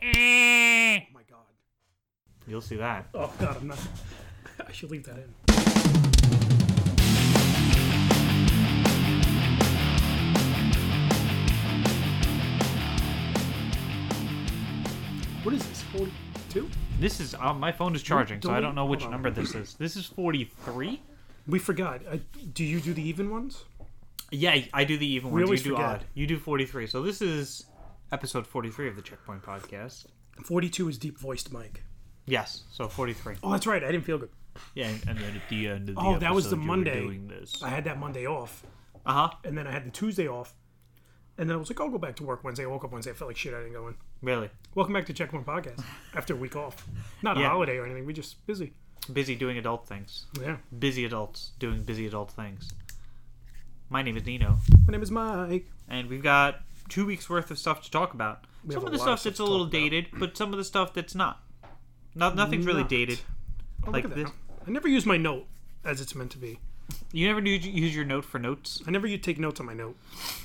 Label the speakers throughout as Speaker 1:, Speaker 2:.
Speaker 1: Eh.
Speaker 2: Oh my god.
Speaker 1: You'll see that.
Speaker 2: Oh god, I'm not. I should leave that in. What is this? Forty-two?
Speaker 1: This is uh, my phone is charging, so I
Speaker 2: don't-
Speaker 1: don't know which
Speaker 2: hold on.
Speaker 1: number this is. This is 43.
Speaker 2: We forgot. Uh, do you do the even ones?
Speaker 1: Yeah, I do the even ones.
Speaker 2: always
Speaker 1: you do
Speaker 2: forget.
Speaker 1: odd. You do 43. So this is episode 43 of the Checkpoint podcast.
Speaker 2: Forty-two is deep-voiced Mike.
Speaker 1: Yes, so 43.
Speaker 2: Oh, that's right. I didn't feel good.
Speaker 1: Yeah, and- and then at the end of the
Speaker 2: Oh, that was
Speaker 1: episode,
Speaker 2: the
Speaker 1: you were
Speaker 2: Monday.
Speaker 1: doing this.
Speaker 2: I had that Monday off,
Speaker 1: Uh huh.
Speaker 2: and then I had the Tuesday off, and then I was like, I'll go back to work Wednesday. I woke up Wednesday. I felt like shit. I didn't go in.
Speaker 1: Really
Speaker 2: Welcome back to Checkpoint Podcast. After a week off, not a
Speaker 1: Yeah.
Speaker 2: holiday or anything. We just busy.
Speaker 1: busy doing adult things.
Speaker 2: Yeah.
Speaker 1: Busy adults doing busy adult things. My name is Nino,
Speaker 2: My name is Mike. Oh,
Speaker 1: and we've got two weeks worth of stuff to talk about. some
Speaker 2: have
Speaker 1: of
Speaker 2: a
Speaker 1: the
Speaker 2: lot of
Speaker 1: stuff that's a
Speaker 2: stuff to
Speaker 1: little
Speaker 2: talk about.
Speaker 1: dated, but some of the stuff that's not. No, nothing's really
Speaker 2: Not.
Speaker 1: dated.
Speaker 2: Oh,
Speaker 1: Like
Speaker 2: look at
Speaker 1: this-
Speaker 2: that. I never use my note as it's meant to be.
Speaker 1: You never do use your note for notes.
Speaker 2: I never you take notes on my note.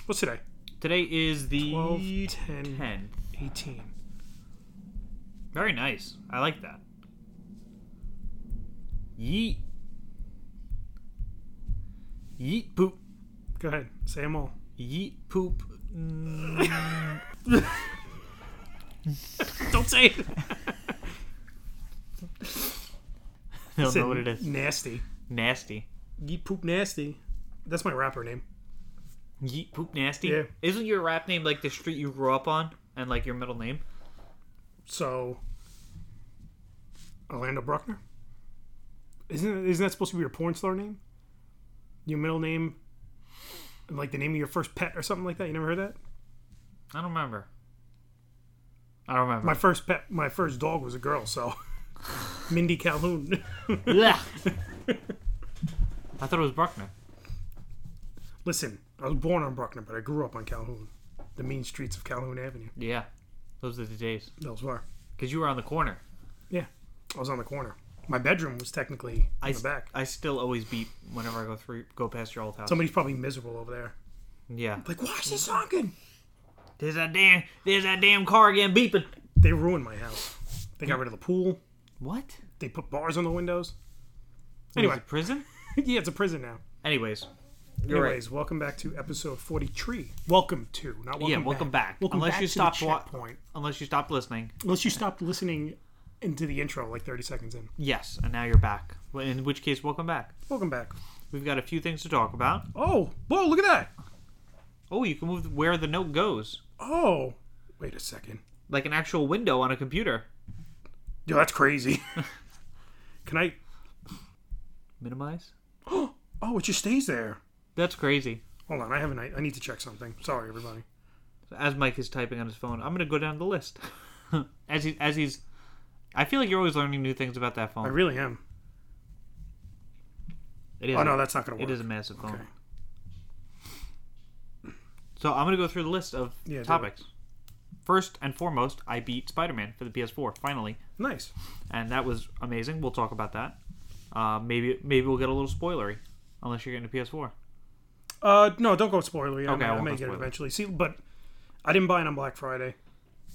Speaker 2: What's today?
Speaker 1: Today is the
Speaker 2: 12, 10.
Speaker 1: 10th.
Speaker 2: 18.
Speaker 1: Very nice. I like that. Yeet. Yeet poop.
Speaker 2: Go ahead. Say them all.
Speaker 1: Yeet poop.
Speaker 2: Don't say it.
Speaker 1: They don't know what it is.
Speaker 2: Nasty.
Speaker 1: Nasty.
Speaker 2: Yeet poop nasty. That's my rapper name.
Speaker 1: Yeet poop nasty.
Speaker 2: Yeah.
Speaker 1: Isn't your rap name like the street you grew up on and like your middle name?
Speaker 2: So, Orlando Bruckner. Isn't isn't that supposed to be your porn star name? Your middle name, like the name of your first pet or something like that. You never heard that?
Speaker 1: I don't remember. I don't remember.
Speaker 2: My first pet, my first dog was a girl. So, Mindy Calhoun.
Speaker 1: Blech. I thought it was Bruckner.
Speaker 2: Listen, I was born on Bruckner, but I grew up on Calhoun, the mean streets of Calhoun Avenue.
Speaker 1: Yeah. Those are the days.
Speaker 2: Those were.
Speaker 1: Because you were on the corner.
Speaker 2: Yeah, I was on the corner. My bedroom was technically
Speaker 1: I,
Speaker 2: in the
Speaker 1: s-
Speaker 2: back.
Speaker 1: I still always beep whenever I go through, go past your old house.
Speaker 2: Somebody's probably miserable over there.
Speaker 1: yeah.
Speaker 2: Like, why is this
Speaker 1: Mm-hmm.
Speaker 2: honking?
Speaker 1: There's that damn, there's that damn car again beeping.
Speaker 2: They ruined my house. They got rid of the pool.
Speaker 1: What?
Speaker 2: They put bars on the windows.
Speaker 1: Is
Speaker 2: Anyway,
Speaker 1: it prison?
Speaker 2: yeah, it's a prison now.
Speaker 1: Anyways. You're right.
Speaker 2: Anyways, welcome back to episode 43. Welcome to, not welcome
Speaker 1: Yeah, welcome back.
Speaker 2: Welcome
Speaker 1: Unless
Speaker 2: back
Speaker 1: you
Speaker 2: to
Speaker 1: stopped
Speaker 2: the
Speaker 1: wa-
Speaker 2: checkpoint.
Speaker 1: Unless you stopped listening.
Speaker 2: Unless you stopped listening into the intro like 30 seconds in.
Speaker 1: Yes, and now you're back. In which case, welcome back.
Speaker 2: Welcome back.
Speaker 1: We've got a few things to talk about.
Speaker 2: Oh, whoa, look at that.
Speaker 1: Oh, you can move th- where the note goes,
Speaker 2: Oh, wait a second.
Speaker 1: like an actual window on a computer.
Speaker 2: Yo, that's crazy. Can I?
Speaker 1: Minimize.
Speaker 2: Oh, it just stays there.
Speaker 1: That's crazy.
Speaker 2: Hold on, I have an. I need to check something. Sorry, everybody.
Speaker 1: As Mike is typing on his phone, I'm gonna go down the list. as he, as he's, I feel like you're always learning new things about that phone.
Speaker 2: I really am.
Speaker 1: it is.
Speaker 2: Oh no, that's not gonna work.
Speaker 1: it is a massive phone.
Speaker 2: Okay.
Speaker 1: So I'm gonna go through the list of
Speaker 2: Yeah, do
Speaker 1: topics. First and foremost, I beat Spider-Man for the PS4 finally,
Speaker 2: Nice.
Speaker 1: and that was amazing. We'll talk about that. Uh, maybe maybe we'll get a little spoilery, unless you're getting a PS4.
Speaker 2: Uh, no, don't go spoilery. I,
Speaker 1: Okay,
Speaker 2: may-
Speaker 1: I
Speaker 2: I
Speaker 1: won't
Speaker 2: may
Speaker 1: go
Speaker 2: get it
Speaker 1: spoilery.
Speaker 2: eventually. See, but I didn't buy it on Black Friday,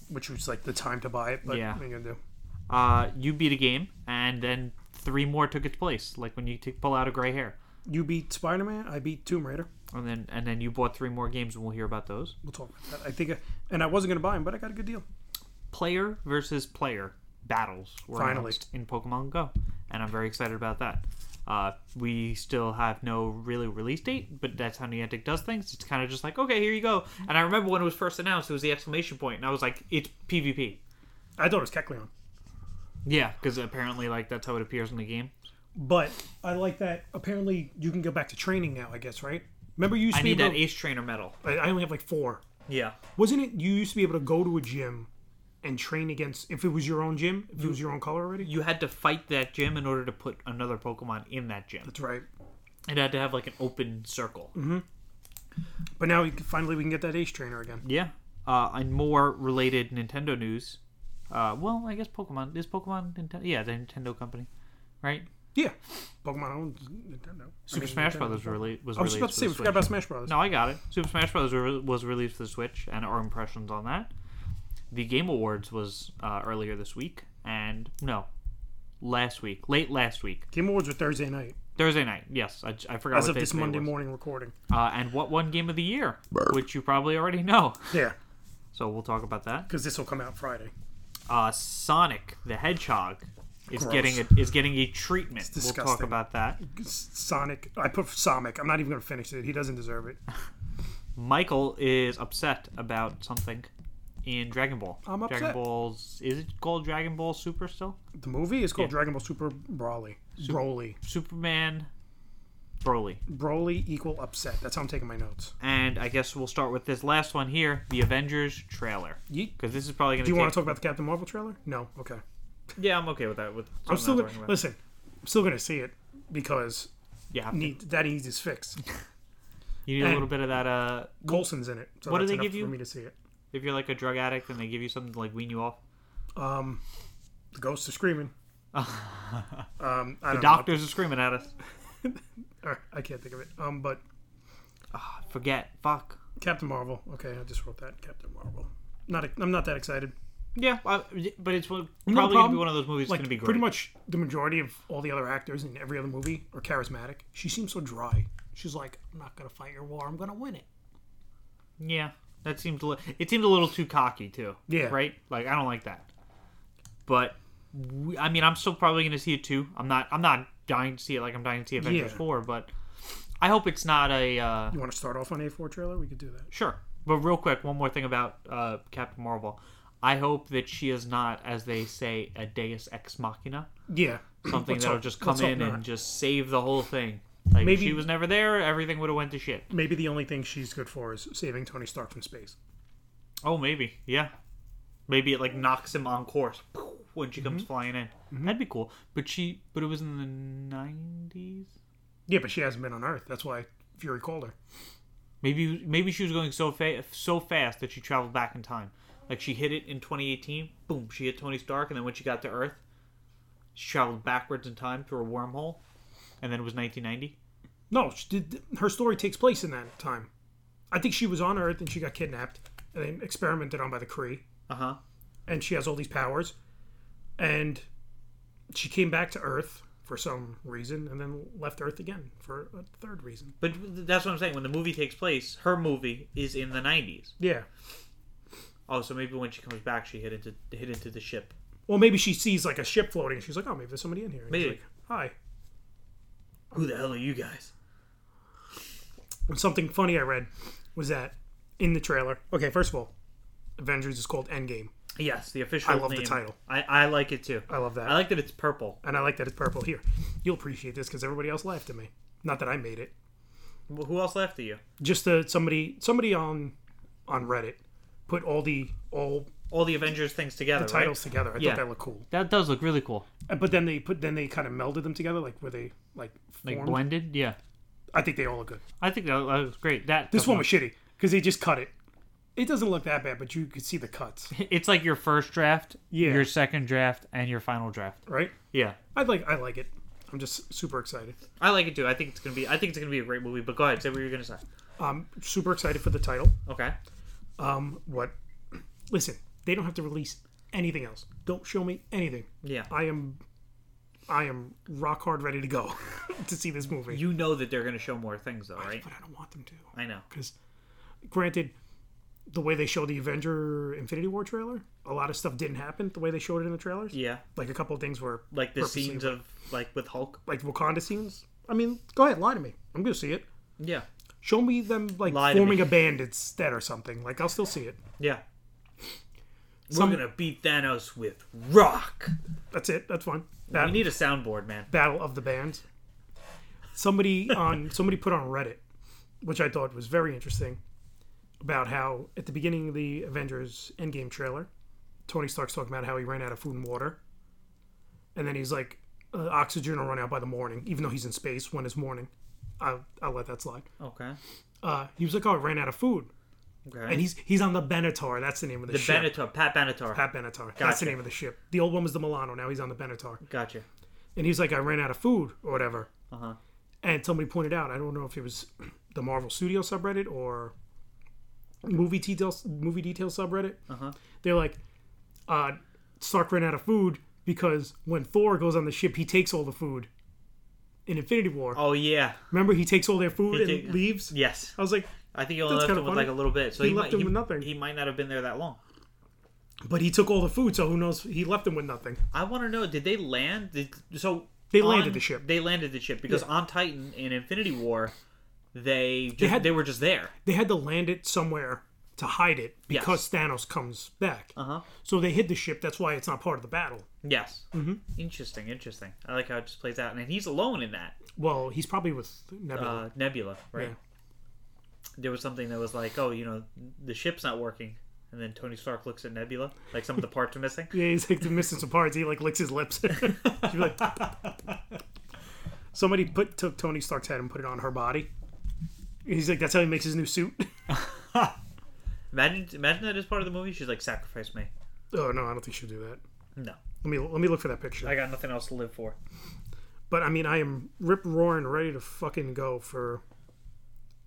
Speaker 2: which was like the time to buy it. But
Speaker 1: Yeah.
Speaker 2: what are you gonna do?
Speaker 1: uh, you beat a game, and then three more took its place. Like when you t- pull out a gray hair,
Speaker 2: You beat Spider Man. I beat Tomb Raider.
Speaker 1: and then and then you bought three more games, and we'll hear about those.
Speaker 2: We'll talk about that. I think, I, and I wasn't gonna buy them, but I got a good deal.
Speaker 1: Player versus player battles were
Speaker 2: Finally.
Speaker 1: announced in Pokemon Go, and I'm very excited about that. Uh, we still have no really release date, but that's how Niantic does things. It's kind of just like, okay, here you go. And I remember when it was first announced, it was the exclamation point, and I was like, it's PvP.
Speaker 2: I thought it was Kecleon,
Speaker 1: Yeah, because apparently, like that's how it appears in the game.
Speaker 2: but I like that. Apparently, you can go back to training now. I guess right. Remember, you used to
Speaker 1: I
Speaker 2: be
Speaker 1: need that
Speaker 2: able.
Speaker 1: Ace Trainer medal.
Speaker 2: I I only have like four.
Speaker 1: Yeah.
Speaker 2: Wasn't it? You used to be able to go to a gym and train against if it was your own gym, if it was your own color already.
Speaker 1: you had to fight that gym in order to put another Pokemon in that gym.
Speaker 2: That's right.
Speaker 1: It had to have like an open circle.
Speaker 2: But now we can, finally we can get that Ace Trainer again.
Speaker 1: Yeah. Uh, and more related Nintendo news. Uh, well, I guess Pokemon is Pokemon Nintendo. Yeah, the Nintendo company, right?
Speaker 2: Yeah, Pokemon owns Nintendo.
Speaker 1: Super Smash Brothers rela- was
Speaker 2: I
Speaker 1: released.
Speaker 2: was just about to
Speaker 1: for
Speaker 2: say
Speaker 1: the
Speaker 2: we forgot
Speaker 1: Switch.
Speaker 2: about Smash Brothers.
Speaker 1: No, I got it. Super Smash Brothers re- was released for the Switch, and our impressions on that. the Game Awards was uh, earlier this week, and no, last week, late last week,
Speaker 2: Game Awards are Thursday night.
Speaker 1: Thursday night. Yes, I, I forgot.
Speaker 2: As
Speaker 1: what
Speaker 2: of
Speaker 1: day
Speaker 2: this
Speaker 1: today
Speaker 2: Monday
Speaker 1: was.
Speaker 2: morning recording.
Speaker 1: Uh, and what won Game of the Year, which you probably already know.
Speaker 2: Yeah,
Speaker 1: So we'll talk about that.
Speaker 2: because this will come out Friday.
Speaker 1: Uh, Sonic the Hedgehog is
Speaker 2: Gross.
Speaker 1: getting a, is getting a treatment. We'll talk
Speaker 2: disgusting.
Speaker 1: about that.
Speaker 2: Sonic. I put Sonic. I'm not even going to finish it. He doesn't deserve it.
Speaker 1: Michael is upset about something in Dragon Ball.
Speaker 2: I'm
Speaker 1: Dragon
Speaker 2: upset.
Speaker 1: Ball's is it called Dragon Ball Super still?
Speaker 2: The movie is called Dragon Ball Super Broly. Broly.
Speaker 1: Superman Broly.
Speaker 2: Broly equal upset. That's how I'm taking my notes.
Speaker 1: And I guess we'll start with this last one here, the Avengers trailer.
Speaker 2: Yeet.
Speaker 1: Because this is probably going
Speaker 2: Do you want
Speaker 1: take...
Speaker 2: to talk about the Captain Marvel trailer? No. Okay.
Speaker 1: Yeah, I'm okay with that. With
Speaker 2: I'm still
Speaker 1: going
Speaker 2: gonna, listen. I'm still gonna see it because
Speaker 1: Yeah,
Speaker 2: need that needs is fixed.
Speaker 1: you need a
Speaker 2: and-
Speaker 1: little bit of that. Uh,
Speaker 2: Colson's in it. So
Speaker 1: What do
Speaker 2: that's
Speaker 1: they
Speaker 2: enough
Speaker 1: give you?
Speaker 2: for me to see it?
Speaker 1: if you're like a drug addict and they give you something to like wean you off,
Speaker 2: Um, the ghosts are screaming. um, I don't
Speaker 1: doctors are screaming at us.
Speaker 2: Know. Alright, I can't think of it. Um, but
Speaker 1: Forget, fuck.
Speaker 2: Captain Marvel. Okay, I just wrote that. Captain Marvel. Not. I'm not that excited.
Speaker 1: Yeah, I, but it's one-
Speaker 2: know
Speaker 1: probably going to
Speaker 2: the
Speaker 1: be
Speaker 2: problem?
Speaker 1: one of those movies that's
Speaker 2: Like
Speaker 1: going to be great.
Speaker 2: pretty much the majority of all the other actors in every other movie are charismatic. She seems so dry. She's like, I'm not gonna fight your war. I'm gonna win it.
Speaker 1: Yeah, that seemed a li- it seemed a little too cocky too.
Speaker 2: Yeah.
Speaker 1: right. Like I don't like that. But we, I mean, I'm still probably going to see it too. I'm not. I'm not dying to see it like I'm dying to see Avengers
Speaker 2: Yeah.
Speaker 1: four. But I hope it's not a uh,
Speaker 2: You want to start off on A4 trailer? We could do that.
Speaker 1: sure. But real quick, one more thing about uh, Captain Marvel. I hope that she is not, as they say, a Deus ex machina,
Speaker 2: Yeah.
Speaker 1: something
Speaker 2: Let's
Speaker 1: that'll
Speaker 2: hope-
Speaker 1: just
Speaker 2: let's
Speaker 1: come
Speaker 2: hope
Speaker 1: in
Speaker 2: not.
Speaker 1: and just save the whole thing. Like if
Speaker 2: Maybe-
Speaker 1: she was never there, everything would have went to shit.
Speaker 2: Maybe the only thing she's good for is saving Tony Stark from space.
Speaker 1: Oh, maybe. Yeah. Maybe it like knocks him on course when she comes flying in. That'd be cool. But she, but it was in the nineties.
Speaker 2: Yeah, but she hasn't been on Earth. That's why Fury called her.
Speaker 1: Maybe, maybe she was going so fa- so fast that she traveled back in time. Like she hit it in 2018. Boom, she hit Tony Stark, and then when she got to Earth, she traveled backwards in time through a wormhole, and then it was 1990.
Speaker 2: No, she did, her story takes place in that time. I think she was on Earth and she got kidnapped and then experimented on by the Kree.
Speaker 1: Uh huh.
Speaker 2: And she has all these powers. And she came back to Earth for some reason and then left Earth again for a third reason.
Speaker 1: But that's what I'm saying. When the movie takes place, her movie is in the 90s.
Speaker 2: Yeah.
Speaker 1: Oh, so maybe when she comes back, she hit into hit into the ship.
Speaker 2: Well, maybe she sees like a ship floating. She's like, oh, maybe there's somebody in here. And she's
Speaker 1: Maybe.
Speaker 2: like, Hi.
Speaker 1: Who the hell are you guys?
Speaker 2: And something funny I read was that in the trailer. Okay, first of all, Avengers is called Endgame.
Speaker 1: Yes, the official.
Speaker 2: I love the
Speaker 1: name.
Speaker 2: title.
Speaker 1: I, I like it too.
Speaker 2: I love that.
Speaker 1: I like that it's purple.
Speaker 2: and I like that it's purple here. You'll appreciate this because everybody else laughed at me. Not that I made it.
Speaker 1: Well, Who else left of you?
Speaker 2: Just uh, somebody somebody on on Reddit put all the all
Speaker 1: All the Avengers things together.
Speaker 2: titles together. I
Speaker 1: Yeah.
Speaker 2: thought that looked cool.
Speaker 1: Right? That does look really cool.
Speaker 2: Uh, But then they put then they kind of melded them together, like where they like
Speaker 1: Like
Speaker 2: formed.
Speaker 1: blended. Yeah,
Speaker 2: I think they all look good.
Speaker 1: I think that, that was great. That
Speaker 2: This one was shitty because they just cut it. It doesn't look that bad, but you could see the cuts,
Speaker 1: It's like your first draft,
Speaker 2: Yeah.
Speaker 1: your second draft, and your final draft.
Speaker 2: right?
Speaker 1: Yeah,
Speaker 2: I like I like it. I'm just super excited.
Speaker 1: I like it too. I think it's gonna be. I think it's gonna be a great movie. But go ahead, say what you're gonna say.
Speaker 2: I'm super excited for the title.
Speaker 1: Okay.
Speaker 2: Um, what? Listen, they don't have to release anything else. Don't show me anything.
Speaker 1: Yeah.
Speaker 2: I am I am rock hard ready to go to see this movie.
Speaker 1: You know that they're gonna show more things though, right?
Speaker 2: but I don't want them to.
Speaker 1: I know.
Speaker 2: Because granted, the way they show the Avenger Infinity War trailer, a lot of stuff didn't happen the way they showed it in the trailers.
Speaker 1: Yeah,
Speaker 2: Like a couple of things were
Speaker 1: like the
Speaker 2: Purposely,
Speaker 1: scenes of like with Hulk.
Speaker 2: like Wakanda scenes. I mean, go ahead, lie to me. I'm gonna see it.
Speaker 1: Yeah.
Speaker 2: Show me them like
Speaker 1: Lie to
Speaker 2: forming
Speaker 1: me.
Speaker 2: a band instead or something. Like I'll still see it.
Speaker 1: Yeah.
Speaker 2: Some-
Speaker 1: We're gonna beat Thanos with rock.
Speaker 2: That's it. That's fine. That
Speaker 1: We need a soundboard, man.
Speaker 2: battle of the bands. Somebody on somebody put on Reddit, which I thought was very interesting, about how at the beginning of the Avengers Endgame trailer, Tony Stark's talking about how he ran out of food and water, and then he's like, uh, "Oxygen will run out by the morning," even though he's in space when it's morning. I'll, I'll let that slide.
Speaker 1: Okay.
Speaker 2: Uh, he was like, "Oh, I ran out of food,"
Speaker 1: Okay.
Speaker 2: and he's he's on the Benatar. That's the name of the,
Speaker 1: the
Speaker 2: ship.
Speaker 1: Benatar, Pat Benatar.
Speaker 2: Pat Benatar. That's
Speaker 1: Gotcha.
Speaker 2: the name of the ship. The old one was the Milano. Now he's on the Benatar.
Speaker 1: Gotcha.
Speaker 2: and he's like, I ran out of food or whatever.
Speaker 1: Uh-huh.
Speaker 2: And somebody pointed out, I don't know if it was the Marvel Studio subreddit or movie details movie detail subreddit.
Speaker 1: Uh-huh.
Speaker 2: They're like, uh, Stark ran out of food because when Thor goes on the ship, he takes all the food. In Infinity War,
Speaker 1: Oh yeah,
Speaker 2: remember he takes all their food and
Speaker 1: take-
Speaker 2: leaves.
Speaker 1: yes.
Speaker 2: I was like,
Speaker 1: I think he only
Speaker 2: That's
Speaker 1: left him
Speaker 2: kinda
Speaker 1: with
Speaker 2: funny.
Speaker 1: like a little bit, so
Speaker 2: He
Speaker 1: he,
Speaker 2: left
Speaker 1: might,
Speaker 2: him
Speaker 1: he,
Speaker 2: with nothing.
Speaker 1: He might not have been there that long.
Speaker 2: but he took all the food, so who knows? He left them with nothing.
Speaker 1: I want to know: Did they land? Did, so
Speaker 2: They
Speaker 1: on-
Speaker 2: landed the ship.
Speaker 1: They landed the ship because on Titan in Infinity War, they just, they,
Speaker 2: had-
Speaker 1: were just there.
Speaker 2: They had to land it somewhere to hide it because Thanos comes back.
Speaker 1: Uh-huh.
Speaker 2: So they hid the ship. That's why it's not part of the battle.
Speaker 1: Yes. Mm-hmm. Interesting. Interesting. I like how it just plays out, and he's alone in that.
Speaker 2: Well, he's probably with Nebula.
Speaker 1: uh, Nebula, right?
Speaker 2: Yeah.
Speaker 1: There was something that was like, oh, you know, the ship's not working. And then Tony Stark looks at Nebula, like some of the parts are missing.
Speaker 2: Yeah, he's like missing some parts. He like licks his lips. She'd be like, somebody put took Tony Stark's head and put it on her body. He's like, that's how he makes his new suit.
Speaker 1: Imagine, imagine that as part of the movie. She's like, sacrifice me.
Speaker 2: oh no, I don't think she'll do that.
Speaker 1: No,
Speaker 2: Let me let me look for that picture.
Speaker 1: I got nothing else to live for.
Speaker 2: but I mean, I am rip roaring, ready to fucking go for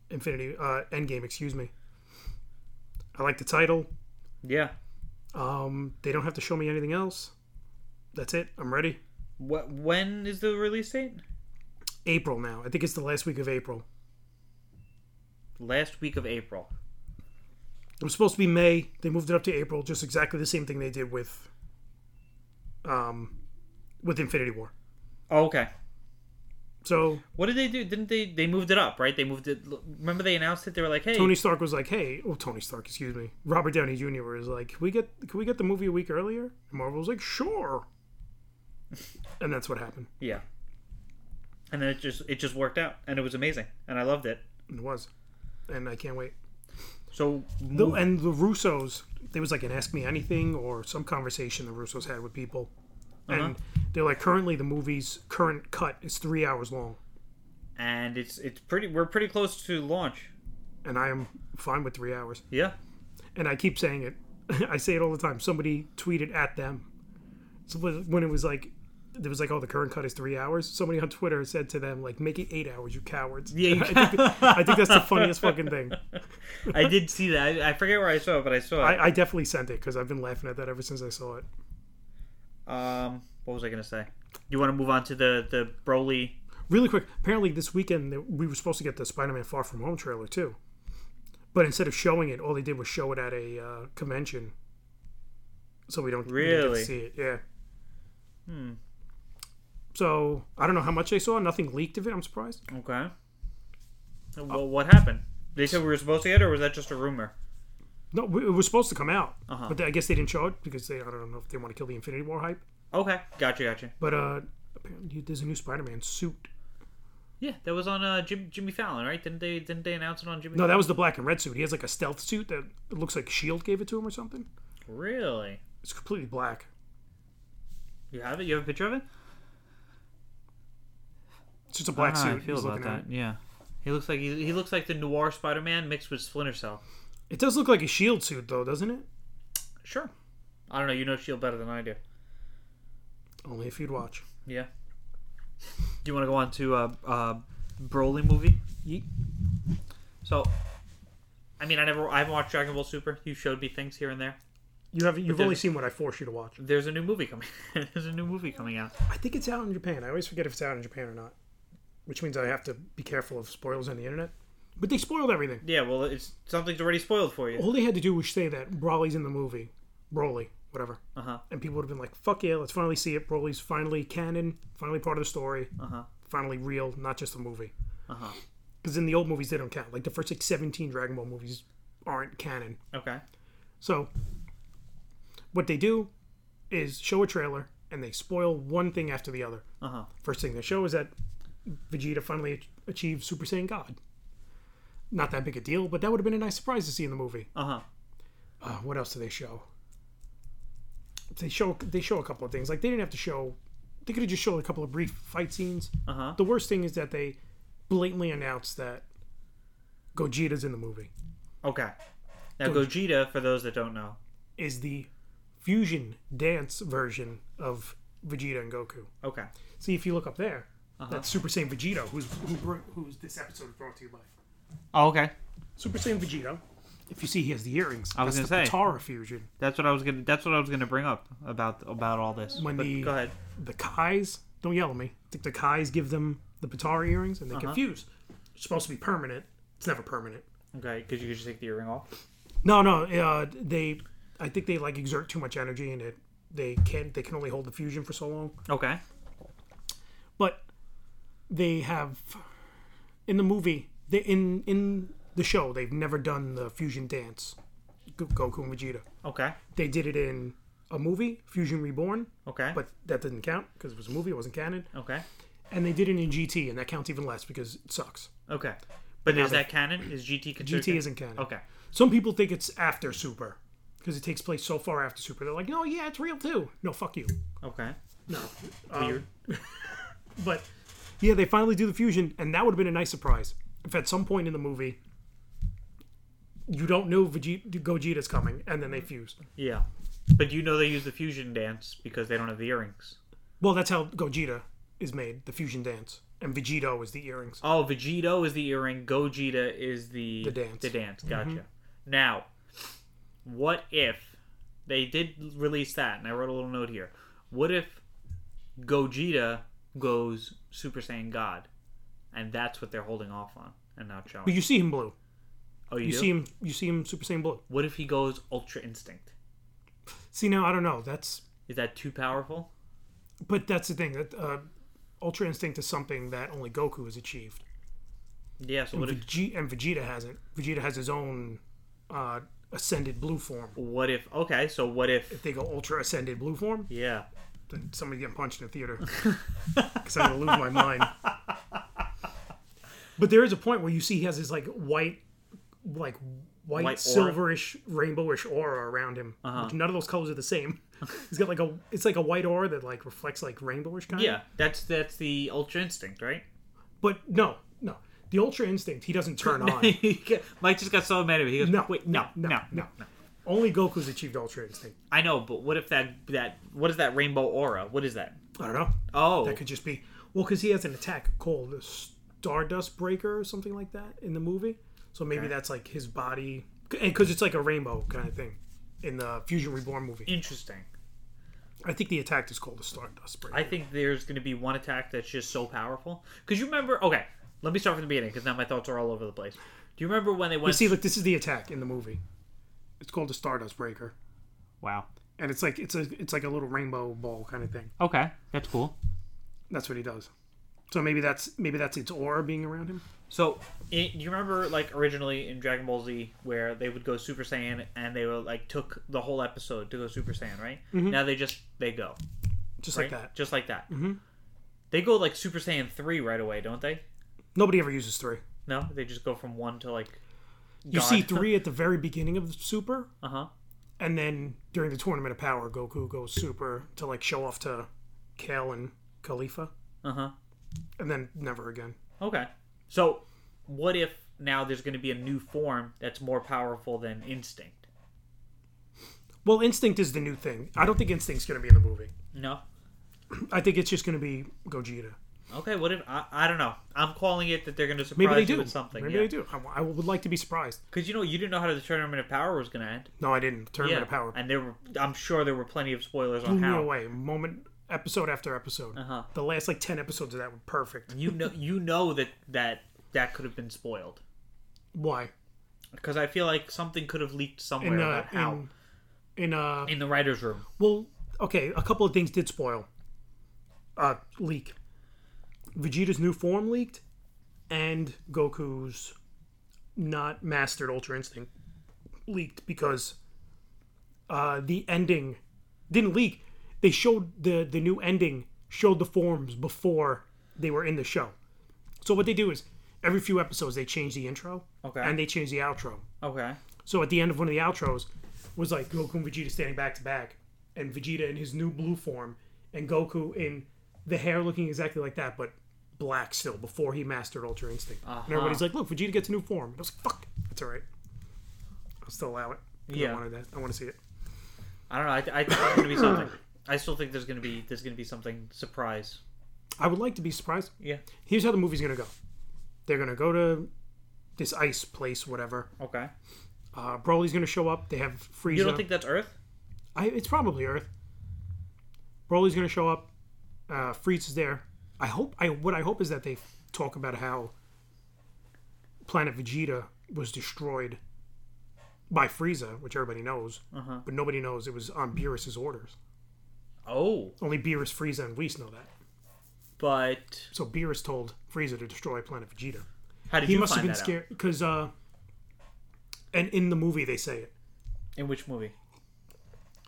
Speaker 2: Infinity uh, Endgame. Excuse me. I like the title.
Speaker 1: Yeah.
Speaker 2: Um, they don't have to show me anything else. That's it. I'm ready.
Speaker 1: What? When is the release date?
Speaker 2: April now. I think it's the last week of April.
Speaker 1: Last week of April.
Speaker 2: It was supposed to be May. They moved it up to April. Just exactly the same thing they did with, um, with Infinity War.
Speaker 1: Oh, okay.
Speaker 2: So
Speaker 1: What did they do? Didn't they? They moved it up, right? They moved it. Remember they announced it. They were like, hey,
Speaker 2: Tony Stark was like, "Hey, oh Tony Stark, excuse me, Robert Downey Jr. was like, can we get can we get the movie a week earlier?" And Marvel was like, "Sure," and that's what happened.
Speaker 1: yeah. And then it just it just worked out, and it was amazing, and I loved it.
Speaker 2: And it was, and I can't wait.
Speaker 1: So
Speaker 2: The, and the Russos, there was like an Ask Me Anything or some conversation the Russos had with people, and they're like, currently the movie's current cut is three hours long,
Speaker 1: and it's it's pretty we're pretty close to launch
Speaker 2: and I am fine with three hours.
Speaker 1: yeah
Speaker 2: and I keep saying it. I say it all the time. Somebody tweeted at them. So was- when it was like, there was like, oh, the current cut is three hours. Somebody on Twitter said to them, like, make it eight hours, you cowards.
Speaker 1: Yeah, you-
Speaker 2: I, think, I think that's the funniest fucking thing.
Speaker 1: i did see that I, I forget where i saw it but i saw it
Speaker 2: I, I definitely sent it because I've been laughing at that ever since I saw it.
Speaker 1: um what was i gonna say you want to move on to the the broly
Speaker 2: Really quick, apparently this weekend th- we were supposed to get the Spider-Man Far From Home trailer too, but instead of showing it, all they did was show it at a uh, convention, so we don't we didn't
Speaker 1: Really? Hmm.
Speaker 2: get to see it. Yeah. Hmm. So I don't know how much they saw. Nothing leaked of it. I'm surprised.
Speaker 1: okay
Speaker 2: Uh,
Speaker 1: well Uh, what happened they said we were supposed to get it or was that just a rumor
Speaker 2: No, w- it was supposed to come out,
Speaker 1: Uh-huh.
Speaker 2: but I guess they didn't show it because they I don't know if they want to kill the Infinity War hype.
Speaker 1: okay gotcha gotcha
Speaker 2: But uh, apparently there's a new Spider-Man suit.
Speaker 1: yeah that was on uh Jim, jimmy fallon right didn't they didn't they announce it on jimmy
Speaker 2: No, that was the black and red suit. He has like a stealth suit that it looks like Shield gave it to him or something.
Speaker 1: really
Speaker 2: It's completely black.
Speaker 1: you have it you have a picture of it
Speaker 2: It's just a black
Speaker 1: Ah, I don't know how
Speaker 2: suit.
Speaker 1: I feel
Speaker 2: He's
Speaker 1: about
Speaker 2: looking at it.
Speaker 1: that yeah he looks like he, he looks like the noir spider-man mixed with splinter cell
Speaker 2: It does look like a shield E suit, though, doesn't it?
Speaker 1: sure i don't know you know shield better than i do
Speaker 2: Only if you'd watch.
Speaker 1: Yeah. Do you want to go on to uh, uh, Broly movie?
Speaker 2: Yeet.
Speaker 1: So, I mean, I never, I haven't watched Dragon Ball Super. You showed me things here and there.
Speaker 2: You haven't. You've only
Speaker 1: there's-
Speaker 2: seen what I force you to watch.
Speaker 1: There's a new movie coming. There's a new movie coming out.
Speaker 2: I think it's out in Japan. I always forget if it's out in Japan or not, which means I have to be careful of spoilers on the internet. But they spoiled everything.
Speaker 1: Yeah, well, it's something's already spoiled for you.
Speaker 2: All they had to do was say that Broly's in the movie, Broly, whatever,
Speaker 1: Uh huh.
Speaker 2: and people would have been like, "Fuck yeah, let's finally see it. Broly's finally canon, finally part of the story,
Speaker 1: Uh huh.
Speaker 2: finally real, not just a movie."
Speaker 1: Uh huh.
Speaker 2: Because in the old movies, they don't count. Like the first like seventeen Dragon Ball movies aren't canon.
Speaker 1: Okay.
Speaker 2: So, what they do is show a trailer and they spoil one thing after the other.
Speaker 1: Uh huh.
Speaker 2: First thing they show is that Vegeta finally ach- achieves Super Saiyan God. Not that big a deal, but that would have been a nice surprise to see in the movie.
Speaker 1: Uh huh.
Speaker 2: Uh, what else do they show? They show they show a couple of things. Like they didn't have to show. They could have just showed a couple of brief fight scenes.
Speaker 1: Uh huh.
Speaker 2: The worst thing is that they blatantly announced that Gogeta's in the movie.
Speaker 1: Okay. Now Gogeta, for those that don't know,
Speaker 2: is the fusion dance version of Vegeta and Goku.
Speaker 1: okay.
Speaker 2: See, if you look up there,
Speaker 1: Uh-huh.
Speaker 2: that's Super Saiyan Vegeta, who's who, br- who's this episode is brought to you by.
Speaker 1: Oh, okay.
Speaker 2: Super Saiyan Vegeta If you see, he has the earrings.
Speaker 1: I was
Speaker 2: That's
Speaker 1: gonna
Speaker 2: the
Speaker 1: say.
Speaker 2: Katara fusion.
Speaker 1: That's what I was gonna. That's what I was gonna bring up about about all this.
Speaker 2: When
Speaker 1: But
Speaker 2: the-
Speaker 1: go ahead.
Speaker 2: The Kais, don't yell at me. I think the Kais give them the Patara earrings, and they
Speaker 1: Uh-huh.
Speaker 2: confuse. It's supposed to be permanent. It's never permanent.
Speaker 1: Okay, because you could just take the earring off.
Speaker 2: No, no. Uh, they, I think they like exert too much energy, and it they can't. They can only hold the fusion for so long.
Speaker 1: Okay.
Speaker 2: But they have in the movie, they in in the show, they've never done the fusion dance. Go- Goku and Vegeta.
Speaker 1: Okay.
Speaker 2: They did it in a movie, Fusion Reborn,
Speaker 1: Okay.
Speaker 2: but that didn't count because it was a movie. It wasn't canon.
Speaker 1: okay.
Speaker 2: And they did it in GT, and that counts even less because it sucks.
Speaker 1: Okay. But is that canon? Is GT considered?
Speaker 2: GT
Speaker 1: canon?
Speaker 2: isn't canon.
Speaker 1: Okay.
Speaker 2: Some people think it's after Super because it takes place so far after Super. They're like, no, yeah, it's real too. No, fuck you.
Speaker 1: Okay.
Speaker 2: No.
Speaker 1: Weird.
Speaker 2: But yeah, they finally do the fusion, and that would have been a nice surprise. If at some point in the movie, you don't know Vegeta, Gogeta's coming, and then they fuse.
Speaker 1: Yeah. But you know they use the fusion dance because they don't have the earrings.
Speaker 2: Well, that's how Gogeta is made, the fusion dance, and Vegito is the earrings.
Speaker 1: Oh, Vegito is the earring. Gogeta is the
Speaker 2: The dance.
Speaker 1: The dance. Mm-hmm. Gotcha. Now, what if they did release that? And I wrote a little note here. What if Gogeta goes Super Saiyan God, and that's what they're holding off on and not showing?
Speaker 2: But you see him blue.
Speaker 1: oh, you,
Speaker 2: You
Speaker 1: do?
Speaker 2: see him. You see him Super Saiyan blue.
Speaker 1: What if he goes Ultra Instinct?
Speaker 2: See now, I don't know. That's
Speaker 1: Is that too powerful?
Speaker 2: but that's the thing that uh, Ultra Instinct is something that only Goku has achieved.
Speaker 1: Yeah. So what if
Speaker 2: Vege- and Vegeta hasn't. Vegeta has his own uh, ascended blue form.
Speaker 1: What if? Okay, so what if?
Speaker 2: If they go Ultra Ascended blue form,
Speaker 1: Yeah,
Speaker 2: than somebody getting punched in a theater because I'm gonna lose my mind. But there is a point where you see he has this like white, like white,
Speaker 1: White aura. Uh-huh.
Speaker 2: silverish, rainbowish aura around him. Which none of those colors are the same. He's got like a it's like a white aura that like reflects like rainbowish kind.
Speaker 1: yeah. That's that's the Ultra Instinct, right?
Speaker 2: But no, no, the Ultra Instinct he doesn't turn on.
Speaker 1: Mike just got so mad at me. He goes,
Speaker 2: No,
Speaker 1: wait, no, no, no, no,
Speaker 2: Only Goku's achieved Ultra Instinct.
Speaker 1: I know, but what if that that what is that rainbow aura? What is that?
Speaker 2: I don't know.
Speaker 1: Oh,
Speaker 2: That could just be well because he has an attack called the Stardust Breaker or something like that in the movie. So maybe that's like his body, and because it's like a rainbow kind of thing in the Fusion Reborn movie.
Speaker 1: interesting.
Speaker 2: I think the attack is called the Stardust Breaker.
Speaker 1: I think there's going to be one attack that's just so powerful. Because you remember, okay, let me start from the beginning because now my thoughts are all over the place. Do you remember when they went?
Speaker 2: See, look, this is the attack in the movie. It's called the Stardust Breaker,
Speaker 1: wow.
Speaker 2: and it's like it's a it's like a little rainbow ball kind of thing.
Speaker 1: Okay, that's cool.
Speaker 2: That's what he does. So maybe that's maybe that's its aura being around him.
Speaker 1: So, i do you remember like originally in Dragon Ball Z where they would go Super Saiyan and they would like took the whole episode to go Super Saiyan, right?
Speaker 2: Mm-hmm.
Speaker 1: Now they just they go
Speaker 2: Just like
Speaker 1: right?
Speaker 2: that.
Speaker 1: just like that. Mm-hmm. They go like Super Saiyan three right away, don't they?
Speaker 2: Nobody ever uses three.
Speaker 1: No, they just go from one to like
Speaker 2: You see three at the very beginning of the Super,
Speaker 1: uh huh.
Speaker 2: and then during the tournament of power goku goes super to like show off to kale and khalifa
Speaker 1: Uh huh.
Speaker 2: and then never again
Speaker 1: Okay. So, what if now there's going to be a new form that's more powerful than Instinct?
Speaker 2: well instinct is the new thing i don't think instinct's going to be in the movie
Speaker 1: No.
Speaker 2: i think it's just going to be gogeta
Speaker 1: Okay. What if I, I don't know? I'm calling it that they're going to surprise
Speaker 2: maybe they
Speaker 1: you
Speaker 2: do
Speaker 1: with something.
Speaker 2: maybe
Speaker 1: yeah.
Speaker 2: they do I, I would like to be surprised
Speaker 1: Because you know you didn't know how the tournament of power was going to end.
Speaker 2: no i didn't tournament of power
Speaker 1: And there were, I'm sure there were plenty of spoilers on
Speaker 2: blew me
Speaker 1: how.
Speaker 2: away moment episode after episode
Speaker 1: Uh-huh.
Speaker 2: the last like 10 episodes of that were perfect
Speaker 1: You know, you know that that that could have been spoiled
Speaker 2: why
Speaker 1: because I feel like something could have leaked somewhere
Speaker 2: in uh
Speaker 1: about how
Speaker 2: in, in uh
Speaker 1: in the writers' room.
Speaker 2: Well, okay, a couple of things did spoil. Uh, leak. Vegeta's new form leaked, and Goku's not mastered Ultra Instinct leaked because uh, the ending didn't leak. They showed the the new ending showed the forms before they were in the show. So what they do is every few episodes they change the intro
Speaker 1: Okay.
Speaker 2: and they change the outro.
Speaker 1: Okay.
Speaker 2: So at the end of one of the outros was like Goku and Vegeta standing back to back, and Vegeta in his new blue form, and Goku in the hair looking exactly like that, but black still before he mastered Ultra Instinct.
Speaker 1: Uh-huh.
Speaker 2: And everybody's like, "Look, Vegeta gets a new form." And I was like, "Fuck, that's all right. I'll still allow it. 'cause
Speaker 1: Yeah.
Speaker 2: I wanted that. I want to see it."
Speaker 1: I don't know. I, th- I think there's going to be something. I still think there's going to be there's going to be something surprise.
Speaker 2: I would like to be surprised.
Speaker 1: Yeah.
Speaker 2: Here's how the movie's gonna go. They're gonna go to this ice place, whatever,
Speaker 1: Okay.
Speaker 2: Uh, Broly's going to show up. They have Frieza.
Speaker 1: You don't think that's Earth?
Speaker 2: I, it's probably Earth. Broly's going to show up. Uh, Freeze is there. I hope. I what I hope is that they talk about how Planet Vegeta was destroyed by Frieza, which everybody knows,
Speaker 1: Uh-huh.
Speaker 2: but nobody knows it was on Beerus's orders.
Speaker 1: Oh,
Speaker 2: Only Beerus, Frieza, and Whis know that.
Speaker 1: but
Speaker 2: So Beerus told Frieza to destroy Planet Vegeta.
Speaker 1: how did
Speaker 2: He
Speaker 1: you
Speaker 2: must have
Speaker 1: find
Speaker 2: been
Speaker 1: that out?
Speaker 2: scared because, uh, and in the movie they say it,
Speaker 1: In which movie?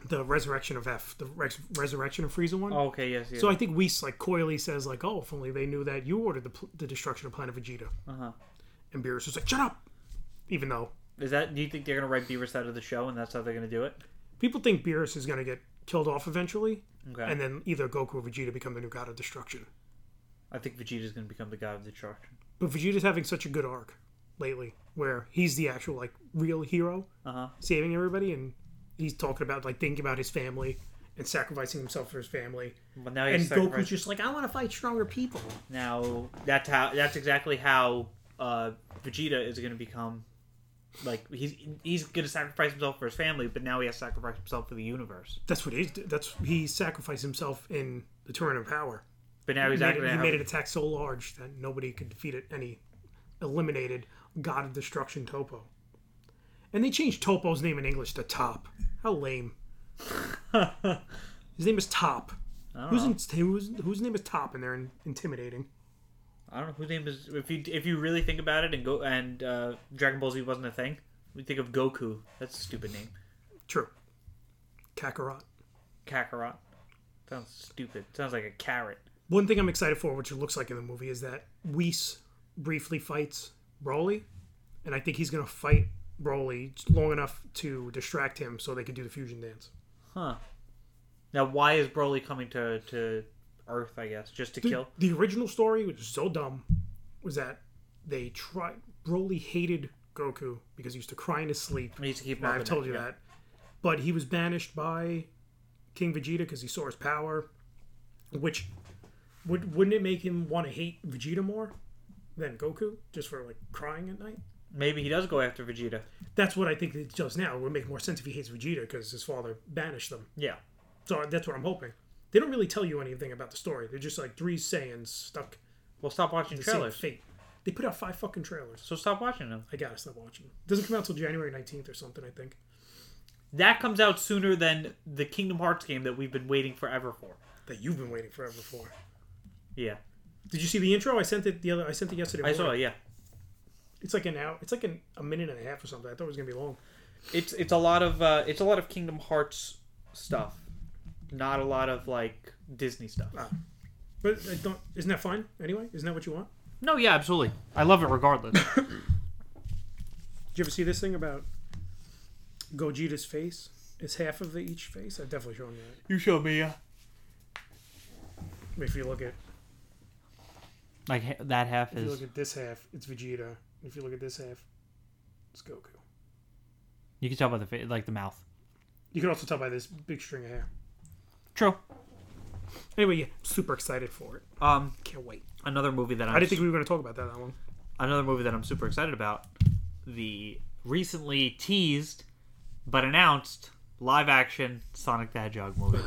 Speaker 2: the resurrection of F, the res- resurrection of Frieza one.
Speaker 1: Oh, okay, yes, yes.
Speaker 2: So I think Whis like coyly says like, "Oh, if only they knew that you ordered the, pl- the destruction of Planet Vegeta."
Speaker 1: Uh-huh.
Speaker 2: And Beerus was like, "Shut up," even though
Speaker 1: Is that? Do you think they're gonna write Beerus out of the show, and that's how they're gonna do it?
Speaker 2: people think Beerus is going to get killed off eventually,
Speaker 1: Okay.
Speaker 2: and then either Goku or Vegeta become the new god of destruction.
Speaker 1: I think Vegeta's gonna become the god of destruction.
Speaker 2: But Vegeta's having such a good arc lately, where he's the actual like real hero,
Speaker 1: Uh huh.
Speaker 2: saving everybody, and he's talking about like thinking about his family and sacrificing himself for his family.
Speaker 1: But now he's
Speaker 2: And
Speaker 1: sacrificed-
Speaker 2: Goku's just like, "I want to fight stronger people."
Speaker 1: now that's how that's exactly how uh, Vegeta is going to become. Like he's he's going to sacrifice himself for his family, but now he has to sacrifice himself for the universe.
Speaker 2: That's what he's. That's he sacrificed himself in the Turin of Power.
Speaker 1: But now he's
Speaker 2: He made
Speaker 1: actually
Speaker 2: it- he
Speaker 1: how-
Speaker 2: made an attack so large that nobody could defeat it, and he eliminated God of Destruction Topo. And they changed Topo's name in English to Top. How lame! His name is Top. Who's in, who's, whose name is Top, and they're in, intimidating.
Speaker 1: I don't know whose name is if you if you really think about it and go and uh, Dragon Ball Z wasn't a thing. We think of Goku. That's a stupid name.
Speaker 2: True. Kakarot.
Speaker 1: Kakarot sounds stupid. Sounds like a carrot.
Speaker 2: One thing I'm excited for, which it looks like in the movie, is that Whis briefly fights Broly, and I think he's gonna fight Broly long enough to distract him so they can do the fusion dance.
Speaker 1: Huh. Now why is Broly coming to to Earth? I guess just to
Speaker 2: The-
Speaker 1: kill.
Speaker 2: The original story, which is so dumb, was that they tried. Broly hated Goku because he used to cry in his sleep.
Speaker 1: He needs to keep. him
Speaker 2: Now,
Speaker 1: up
Speaker 2: I've
Speaker 1: at
Speaker 2: told
Speaker 1: night,
Speaker 2: you
Speaker 1: yeah.
Speaker 2: that. But he was banished by King Vegeta because he saw his power, which would wouldn't it make him want to hate Vegeta more than Goku just for like crying at night?
Speaker 1: Maybe he does go after Vegeta.
Speaker 2: That's what I think it does now. It would make more sense if he hates Vegeta because his father banished them.
Speaker 1: Yeah.
Speaker 2: So that's what I'm hoping. They don't really tell you anything about the story. They're just like three Saiyans stuck
Speaker 1: Well, stop watching
Speaker 2: the
Speaker 1: trailers.
Speaker 2: same fate. They put out five fucking trailers.
Speaker 1: So stop watching them.
Speaker 2: I gotta stop watching. doesn't come out till January nineteenth or something, I think.
Speaker 1: That comes out sooner than the Kingdom Hearts game that we've been waiting forever for.
Speaker 2: That you've been waiting forever for.
Speaker 1: Yeah,
Speaker 2: Did you see the intro? I sent it the other. I sent it yesterday.
Speaker 1: I
Speaker 2: Morning.
Speaker 1: saw it. Yeah,
Speaker 2: It's like an hour. It's like an, a minute and a half or something. I thought it was gonna be long.
Speaker 1: it's it's a lot of uh, it's a lot of Kingdom Hearts stuff, not a lot of like Disney stuff.
Speaker 2: But I don't. Isn't that fine anyway? Isn't that what you want?
Speaker 1: No, yeah, absolutely. I love it regardless.
Speaker 2: Did you ever see this thing about Gogeta's face? It's half of the, each face. I've definitely shown you that.
Speaker 1: you showed me uh,
Speaker 2: If you look at
Speaker 1: like ha- that half
Speaker 2: if you look
Speaker 1: is.
Speaker 2: at this half, it's Vegeta. If you look at this half, it's Goku.
Speaker 1: You can tell by the fa- like the mouth.
Speaker 2: You can also tell by this big string of hair.
Speaker 1: True.
Speaker 2: Anyway, yeah, super excited for it.
Speaker 1: Um,
Speaker 2: Can't wait.
Speaker 1: another movie that I'm
Speaker 2: I didn't think we were going to talk about that that long.
Speaker 1: another movie that I'm super excited about, the recently teased but announced live action Sonic the Hedgehog movie.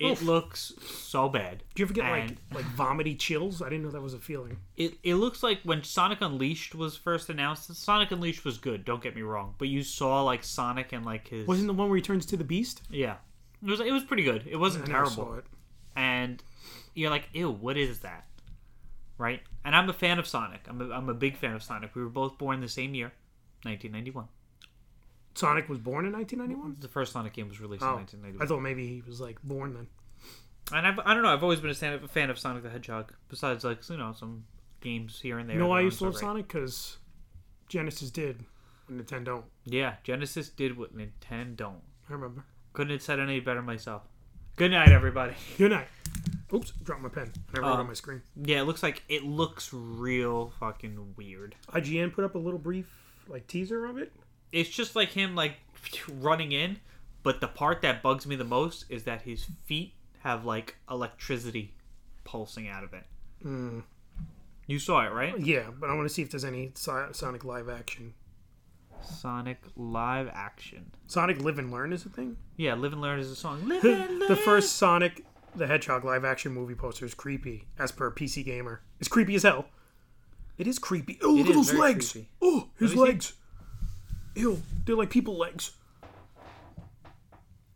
Speaker 1: it looks so bad.
Speaker 2: Do you ever get
Speaker 1: And-
Speaker 2: like like vomity chills? I didn't know that was a feeling.
Speaker 1: It it looks like when Sonic Unleashed was first announced, Sonic Unleashed was good, don't get me wrong, but you saw like Sonic and like his
Speaker 2: Wasn't the one where he turns to the beast?
Speaker 1: yeah. It was it was pretty good. It wasn't
Speaker 2: I never
Speaker 1: terrible.
Speaker 2: saw it.
Speaker 1: and you're like, ew, what is that? Right? And I'm a fan of Sonic. I'm a, I'm a big fan of Sonic. We were both born the same year, 1991.
Speaker 2: Sonic was born in 1991.
Speaker 1: The first Sonic game was released in
Speaker 2: Oh, I
Speaker 1: 1991.
Speaker 2: thought maybe he was like born then.
Speaker 1: And I've, I don't know, I've always been a fan of, a fan of Sonic the Hedgehog, besides, like, you know, some games here and there.
Speaker 2: You know
Speaker 1: that
Speaker 2: why I
Speaker 1: aren't
Speaker 2: used to
Speaker 1: so
Speaker 2: love
Speaker 1: great.
Speaker 2: Sonic? Because Genesis did, and Nintendo. don't.
Speaker 1: Yeah, Genesis did what Nintendo don't.
Speaker 2: I remember.
Speaker 1: Couldn't have said it any better myself. Good night, everybody.
Speaker 2: Good night. Oops, dropped my pen. I wrote
Speaker 1: Um,
Speaker 2: on my screen.
Speaker 1: Yeah, it looks like it looks real fucking weird.
Speaker 2: IGN put up a little brief like teaser of it.
Speaker 1: it's just like him like running in but the part that bugs me the most is that his feet have like electricity pulsing out of it
Speaker 2: Hmm.
Speaker 1: you saw it right
Speaker 2: Yeah, but I want to see if there's any Si- Sonic live action
Speaker 1: Sonic live action.
Speaker 2: Sonic Live and Learn is a thing.
Speaker 1: Yeah, Live and Learn is a song. Live and Learn.
Speaker 2: The first Sonic the Hedgehog live action movie poster is creepy, as per PC Gamer. It's creepy as hell. It is creepy. Oh, look
Speaker 1: is
Speaker 2: at those
Speaker 1: very
Speaker 2: legs.
Speaker 1: creepy.
Speaker 2: Oh, his
Speaker 1: me see.
Speaker 2: legs. Ew, they're like people legs.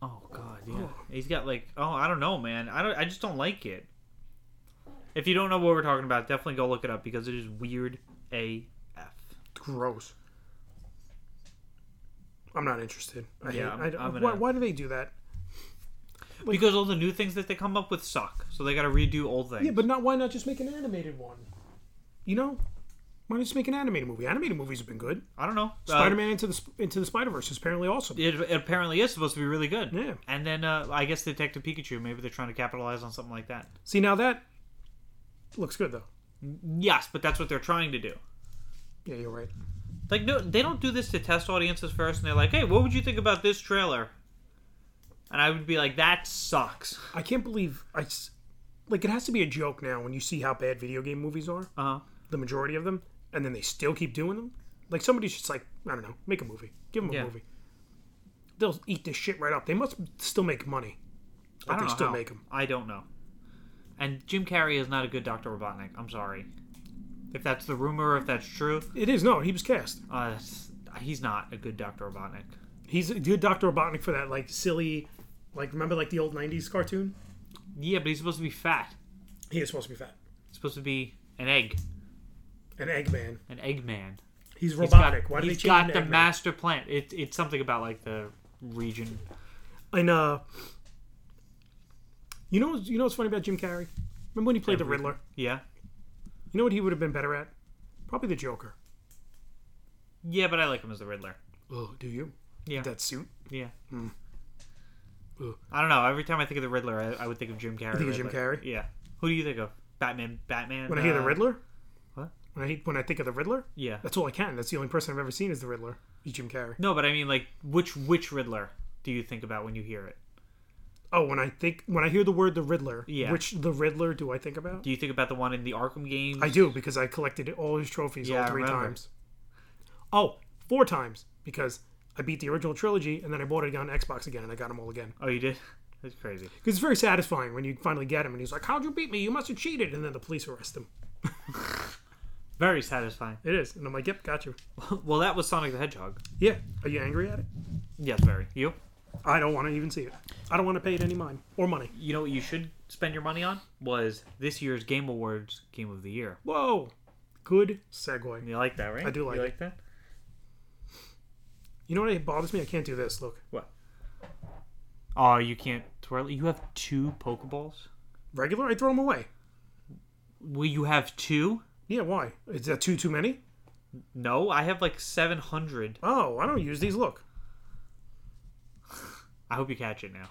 Speaker 1: Oh god, yeah. He's got like oh I don't know, man. I don't I just don't like it. If you don't know what we're talking about, definitely go look it up because it is weird AF.
Speaker 2: Gross. I'm not interested. I
Speaker 1: Yeah,
Speaker 2: hate, I,
Speaker 1: I'm- I'm
Speaker 2: why,
Speaker 1: gonna-
Speaker 2: why do they do that?
Speaker 1: Because all the new things that they come up with suck, so they got to redo old things.
Speaker 2: Yeah, but not why not just make an animated one? You know, why not just make an animated movie? Animated movies have been good.
Speaker 1: I don't know. Uh,
Speaker 2: Spider-Man into the Sp- into the Spider-Verse is apparently awesome.
Speaker 1: it, it apparently is supposed to be really good.
Speaker 2: Yeah.
Speaker 1: And then uh, I guess Detective Pikachu. Maybe they're trying to capitalize on something like that.
Speaker 2: See, now that looks good though.
Speaker 1: Yes, but that's what they're trying to do.
Speaker 2: Yeah, you're right.
Speaker 1: Like no, they don't do this to test audiences first, and they're like, "Hey, what would you think about this trailer?" And I would be like, "That sucks."
Speaker 2: I can't believe I s- like it has to be a joke now when you see how bad video game movies are,
Speaker 1: Uh huh.
Speaker 2: the majority of them, and then they still keep doing them. Like somebody's just like, I don't know, make a movie, give them a
Speaker 1: Yeah.
Speaker 2: movie. They'll eat this shit right up. They must still make money. Like,
Speaker 1: I don't
Speaker 2: they
Speaker 1: know
Speaker 2: still
Speaker 1: how.
Speaker 2: make 'em.
Speaker 1: I don't know. And Jim Carrey is not a good Doctor Robotnik. I'm sorry. If that's the rumor, if that's true,
Speaker 2: It is no, he was cast.
Speaker 1: uh, that's- he's not a good Doctor Robotnik.
Speaker 2: He's a good Doctor Robotnik for that like silly, like remember like the old '90s cartoon.
Speaker 1: Yeah, but he's supposed to be fat.
Speaker 2: He is supposed to be fat,
Speaker 1: He's supposed to be an egg,
Speaker 2: an Eggman.
Speaker 1: an Eggman.
Speaker 2: He's
Speaker 1: He's got-
Speaker 2: robotic. Why did they
Speaker 1: he's
Speaker 2: change
Speaker 1: got
Speaker 2: him
Speaker 1: the
Speaker 2: to Eggman?
Speaker 1: master plant. It, it's something about like the region.
Speaker 2: And uh, you know, you know what's funny about Jim Carrey? Remember when he played the Riddler?
Speaker 1: Yeah,
Speaker 2: You know what he would have been better at? Probably the Joker.
Speaker 1: yeah, but I like him as the Riddler.
Speaker 2: Oh, do you?
Speaker 1: Yeah.
Speaker 2: That suit.
Speaker 1: Yeah.
Speaker 2: Hmm. Ugh.
Speaker 1: I don't know. Every time I think of the Riddler, I, I would think of Jim Carrey.
Speaker 2: think of Jim
Speaker 1: Riddler.
Speaker 2: Carrey?
Speaker 1: Yeah. Who do you think of? Batman. Batman.
Speaker 2: When I hear the
Speaker 1: uh,
Speaker 2: Riddler.
Speaker 1: what?
Speaker 2: When I hate- when I think of the Riddler,
Speaker 1: Yeah.
Speaker 2: that's all I can. That's the only person I've ever seen is the Riddler. Is Jim Carrey.
Speaker 1: No, but I mean, like, which which Riddler do you think about when you hear it?
Speaker 2: Oh, when I think when I hear the word the Riddler,
Speaker 1: Yeah.
Speaker 2: which the Riddler do I think about?
Speaker 1: Do you think about the one in the Arkham games?
Speaker 2: I do because I collected all his trophies
Speaker 1: Yeah,
Speaker 2: all
Speaker 1: I
Speaker 2: three
Speaker 1: remember.
Speaker 2: times. Oh, four times because I beat the original trilogy and then I bought it on Xbox again and I got them all again.
Speaker 1: Oh, you did. That's crazy.
Speaker 2: Because it's very satisfying when you finally get him and he's like, "How'd you beat me? You must have cheated!" And then the police arrest him.
Speaker 1: Very satisfying.
Speaker 2: It is, and I'm like, "Yep, got you."
Speaker 1: well, that was Sonic the Hedgehog.
Speaker 2: Yeah. Are you angry at it?
Speaker 1: Yes, very. You.
Speaker 2: I don't want to even see it. I don't want to pay it any mind or money.
Speaker 1: You know what you should spend your money on was this year's Game Awards Game of the Year.
Speaker 2: Whoa, good segue.
Speaker 1: You like that, right?
Speaker 2: I do like
Speaker 1: you
Speaker 2: it.
Speaker 1: like that.
Speaker 2: You know what bothers me? I can't do this. Look,
Speaker 1: What? Oh, you can't twirl. You have two Pokeballs.
Speaker 2: regular, I throw them away.
Speaker 1: Will you have two?
Speaker 2: Yeah, why? Is that too too many?
Speaker 1: No, I have like 700.
Speaker 2: Oh, I don't use these. Look,
Speaker 1: I hope you catch it now.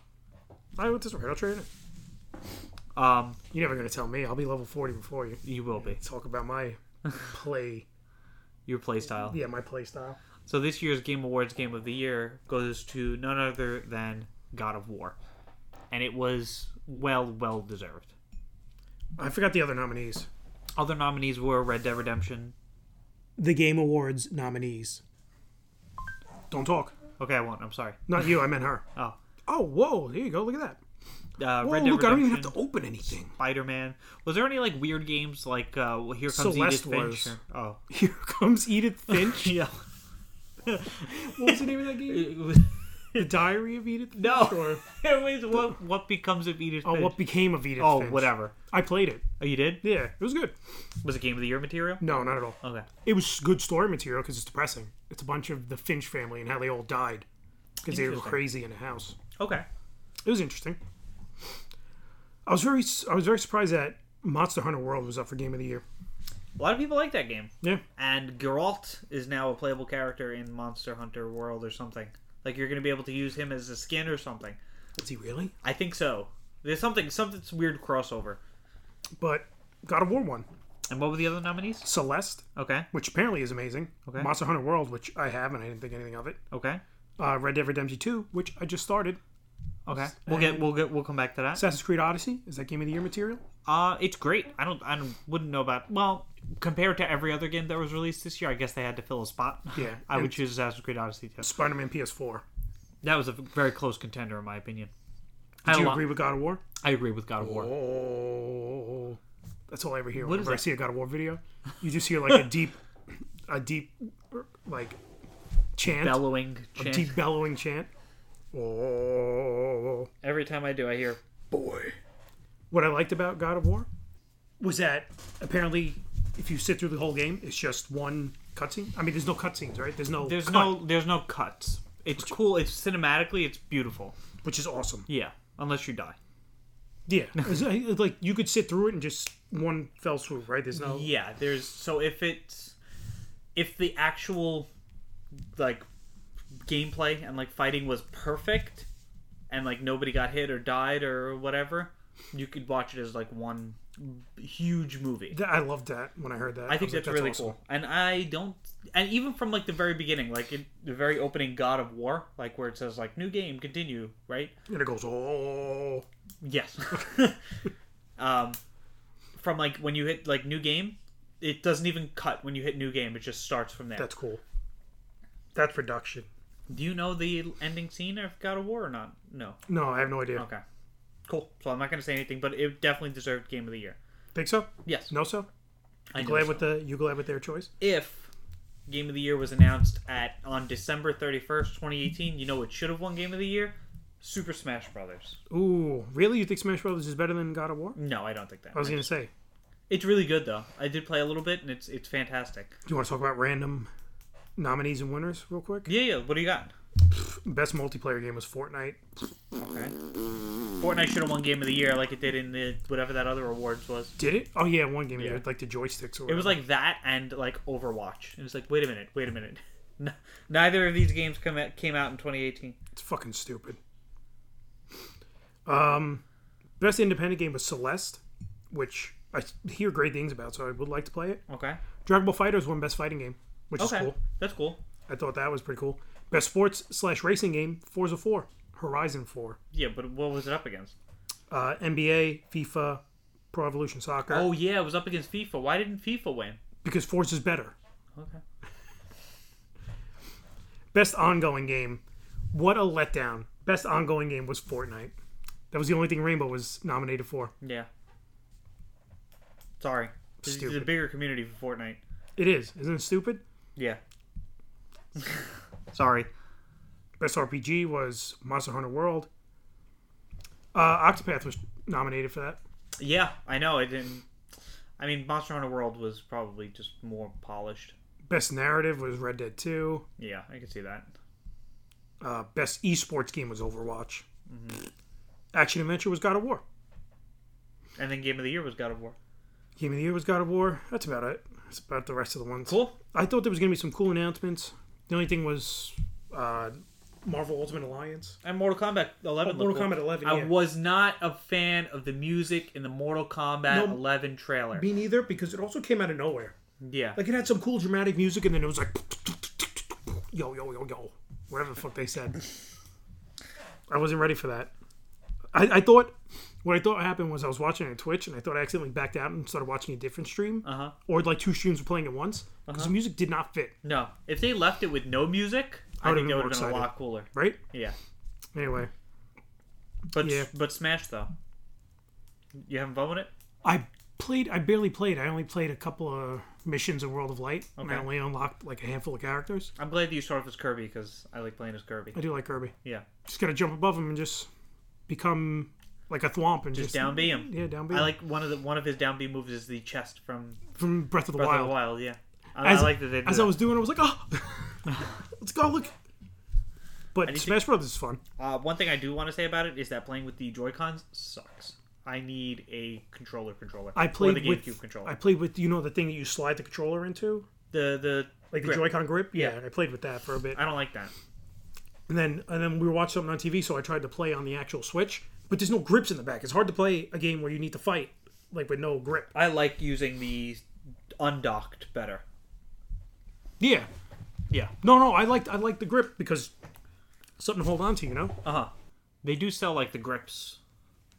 Speaker 2: I went this way. I'll trade it.
Speaker 1: Um,
Speaker 2: You're never gonna tell me. I'll be level forty before you.
Speaker 1: you will be.
Speaker 2: Talk about my play.
Speaker 1: Your playstyle.
Speaker 2: Yeah, my play style.
Speaker 1: So this year's Game Awards Game of the Year goes to none other than God of War, and it was well, well deserved.
Speaker 2: I forgot the other nominees.
Speaker 1: Other nominees were Red Dead Redemption.
Speaker 2: The Game Awards nominees. Don't talk.
Speaker 1: Okay, I won't. I'm sorry.
Speaker 2: Not you. I meant her.
Speaker 1: Oh,
Speaker 2: Oh, whoa! There you go. Look at that.
Speaker 1: uh,
Speaker 2: Whoa!
Speaker 1: Red Dead
Speaker 2: Look, I don't even have
Speaker 1: Redemption.
Speaker 2: to open anything.
Speaker 1: Spider Man. Was there any like weird games like uh, well, Here Comes Edith
Speaker 2: Celeste was.
Speaker 1: Finch? or- Oh,
Speaker 2: Here comes Edith Finch.
Speaker 1: yeah.
Speaker 2: What was the name of that game?
Speaker 1: It was-
Speaker 2: The Diary of Edith. Finch
Speaker 1: No.
Speaker 2: Or,
Speaker 1: it was what what becomes of Edith
Speaker 2: oh,
Speaker 1: Finch?
Speaker 2: what became of Edith?
Speaker 1: oh,
Speaker 2: Finch.
Speaker 1: whatever.
Speaker 2: I played it.
Speaker 1: Oh, you did?
Speaker 2: Yeah, it was good.
Speaker 1: Was it Game of the Year material?
Speaker 2: No, not at all.
Speaker 1: Okay.
Speaker 2: It was good story material because it's depressing. It's a bunch of the Finch family and how they all died because they were
Speaker 1: Interesting.
Speaker 2: crazy in a house.
Speaker 1: Okay.
Speaker 2: It was interesting. I was very, I was very surprised that Monster Hunter World was up for Game of the Year.
Speaker 1: A lot of people like that game.
Speaker 2: Yeah,
Speaker 1: And Geralt is now a playable character in Monster Hunter World or something. Like you're going to be able to use him as a skin or something.
Speaker 2: is he really?
Speaker 1: I think so. There's something something's weird crossover.
Speaker 2: But God of War won.
Speaker 1: And what were the other nominees?
Speaker 2: Celeste,
Speaker 1: Okay.
Speaker 2: which apparently is amazing.
Speaker 1: Okay.
Speaker 2: Monster Hunter World, which I have and I didn't think anything of it.
Speaker 1: Okay.
Speaker 2: Uh, Red Dead Redemption 2, which I just started.
Speaker 1: Okay. We'll get we'll get we'll come back to that.
Speaker 2: Assassin's Creed Odyssey, is that Game of the Year material?
Speaker 1: Uh, it's great. I don't, I don't, wouldn't know about. Well, compared to every other game that was released this year, I guess they had to fill a spot.
Speaker 2: Yeah,
Speaker 1: I would
Speaker 2: and-
Speaker 1: choose Assassin's Creed Odyssey. Too.
Speaker 2: Spider-Man PS4.
Speaker 1: That was a very close contender, in my opinion. I,
Speaker 2: Do you
Speaker 1: lo-
Speaker 2: agree with God of War?
Speaker 1: I agree with God of War.
Speaker 2: Oh, that's all I ever hear
Speaker 1: What is
Speaker 2: whenever I
Speaker 1: that?
Speaker 2: see a God of War video. You just hear like a deep, a deep, like chant,
Speaker 1: Bellowing chant.
Speaker 2: deep bellowing chant. Oh
Speaker 1: Every time I do, I hear.
Speaker 2: boy! What I liked about God of War was that apparently, if you sit through the whole game, it's just one cutscene. I mean, there's no cutscenes, right? There's no
Speaker 1: There's
Speaker 2: cut,
Speaker 1: no, there's no cuts. It's cool. It's cinematically, it's beautiful.
Speaker 2: which is awesome.
Speaker 1: Yeah, unless you die.
Speaker 2: Yeah, It's like it's like you could sit through it and just one fell swoop, right? There's no
Speaker 1: Yeah, there's so if it's if the actual like gameplay and like fighting was perfect and like nobody got hit or died or whatever, you could watch it as like one huge movie.
Speaker 2: Th- I loved that when I heard that.
Speaker 1: I think
Speaker 2: was like,
Speaker 1: that's, really
Speaker 2: awesome.
Speaker 1: cool. And I don't and even from like the very beginning, like in the very opening God of War, like where it says like new game, continue, right?
Speaker 2: And it goes, oh.
Speaker 1: Yes. um, from like when you hit like new game, it doesn't even cut when you hit new game. It just starts from there.
Speaker 2: That's cool. That's production.
Speaker 1: Do you know the ending scene of God of War or not? No.
Speaker 2: No, I have no idea.
Speaker 1: Okay. Cool. So I'm not gonna say anything, but it definitely deserved Game of the Year.
Speaker 2: Think so?
Speaker 1: Yes.
Speaker 2: No, so?
Speaker 1: I know
Speaker 2: Glad
Speaker 1: so.
Speaker 2: with the you glad with their choice?
Speaker 1: if Game of the Year was announced at on December 31st, 2018, you know it should have won Game of the Year. Super Smash Brothers.
Speaker 2: Ooh, really? You think Smash Brothers is better than God of War?
Speaker 1: No, I don't think that.
Speaker 2: I was gonna say.
Speaker 1: It's really good though. I did play a little bit, and it's it's fantastic.
Speaker 2: Do you want to talk about random nominees and winners real quick?
Speaker 1: Yeah, yeah. What do you got?
Speaker 2: Best multiplayer game was Fortnite.
Speaker 1: Okay. Fortnite should have won Game of the Year like it did in the whatever that other awards was.
Speaker 2: Did it? Oh yeah, one game.
Speaker 1: Yeah.
Speaker 2: Yeah. Like the joysticks. Or
Speaker 1: It was like that and like Overwatch. It was like, wait a minute, wait a minute. N- Neither of these games come out, came out in 2018.
Speaker 2: it's fucking stupid. Um, best independent game was Celeste, which I hear great things about, so I would like to play it.
Speaker 1: Okay.
Speaker 2: Dragon Ball Fighters won best fighting game, which
Speaker 1: Okay.
Speaker 2: is cool.
Speaker 1: That's cool.
Speaker 2: I thought that was pretty cool. Best sports slash racing game, Forza 4, Horizon 4,
Speaker 1: Yeah, but what was it up against?
Speaker 2: uh, NBA, FIFA, Pro Evolution Soccer.
Speaker 1: Oh yeah, it was up against FIFA. Why didn't FIFA win?
Speaker 2: Because Forza's better.
Speaker 1: Okay.
Speaker 2: Best ongoing game, what a letdown. Best ongoing game was Fortnite. That was the only thing Rainbow was nominated for.
Speaker 1: Yeah. Sorry. This is a
Speaker 2: Stupid.
Speaker 1: bigger community for Fortnite.
Speaker 2: It is. Isn't it stupid?
Speaker 1: Yeah. Sorry.
Speaker 2: Best RPG was Monster Hunter World. Uh, Octopath was nominated for that.
Speaker 1: Yeah, I know. I didn't. I mean, Monster Hunter World was probably just more polished.
Speaker 2: Best narrative was Red Dead 2.
Speaker 1: Yeah, I can see that.
Speaker 2: Uh, best esports game was Overwatch. Action adventure was God of War.
Speaker 1: And then Game of the Year was God of War.
Speaker 2: Game of the Year was God of War. That's about it. That's about the rest of the ones.
Speaker 1: Cool.
Speaker 2: I thought there was going to be some cool announcements. The only thing was uh, Marvel Ultimate Alliance.
Speaker 1: And Mortal Kombat 11.
Speaker 2: Oh,
Speaker 1: looked
Speaker 2: Mortal Kombat 11,
Speaker 1: I
Speaker 2: yeah.
Speaker 1: was not a fan of the music in the Mortal Kombat
Speaker 2: No.
Speaker 1: 11 trailer.
Speaker 2: Me neither, because it also came out of nowhere.
Speaker 1: yeah.
Speaker 2: Like it had some cool dramatic music, and then it was like, yo, yo, yo, yo, whatever the fuck they said. I wasn't ready for that. I, I thought what I thought happened was I was watching it on Twitch, and I thought I accidentally backed out and started watching a different stream,
Speaker 1: Uh huh.
Speaker 2: or like two streams were playing at once because
Speaker 1: Uh-huh.
Speaker 2: the music did not fit.
Speaker 1: No. If they left it with no music, I,
Speaker 2: would've
Speaker 1: think
Speaker 2: been
Speaker 1: it would
Speaker 2: more
Speaker 1: have been a
Speaker 2: excited.
Speaker 1: lot cooler.
Speaker 2: Right?
Speaker 1: Yeah.
Speaker 2: Anyway,
Speaker 1: But
Speaker 2: Yeah.
Speaker 1: but Smash though. You having fun with it?
Speaker 2: I played. I barely played. I only played a couple of missions in World of Light, and I
Speaker 1: Okay.
Speaker 2: only unlocked like a handful of characters.
Speaker 1: I'm glad that you started with Kirby because I like playing as Kirby.
Speaker 2: I do like Kirby.
Speaker 1: Yeah.
Speaker 2: Just gotta jump above him and just become like a thwomp and just,
Speaker 1: Just down B him.
Speaker 2: Yeah, down B.
Speaker 1: I like one of the one of his down B moves is the chest from
Speaker 2: from Breath of the
Speaker 1: Breath
Speaker 2: Wild.
Speaker 1: of the Wild. Yeah. I, I
Speaker 2: As-
Speaker 1: like that they did
Speaker 2: As
Speaker 1: that.
Speaker 2: I was doing, I was like, oh, let's go look. But
Speaker 1: need to-
Speaker 2: Smash Brothers is fun.
Speaker 1: Uh, one thing I do want to say about it is that playing with the Joy Cons sucks. I need a controller controller.
Speaker 2: I
Speaker 1: or
Speaker 2: played
Speaker 1: the GameCube
Speaker 2: with
Speaker 1: controller.
Speaker 2: I played with you know the thing that you slide the controller into,
Speaker 1: the the
Speaker 2: like the
Speaker 1: grip.
Speaker 2: Joy-Con grip. Yeah, I played with that for a bit,
Speaker 1: I don't like that.
Speaker 2: and then and then we were watching something on TV, so I tried to play on the actual Switch. But there's no grips in the back. It's hard to play a game where you need to fight like with no grip.
Speaker 1: I like using the undocked better.
Speaker 2: Yeah,
Speaker 1: Yeah.
Speaker 2: no, no, I liked I liked the grip
Speaker 1: Uh-huh.
Speaker 2: because something to hold on to, you know.
Speaker 1: Uh huh. They do sell like the grips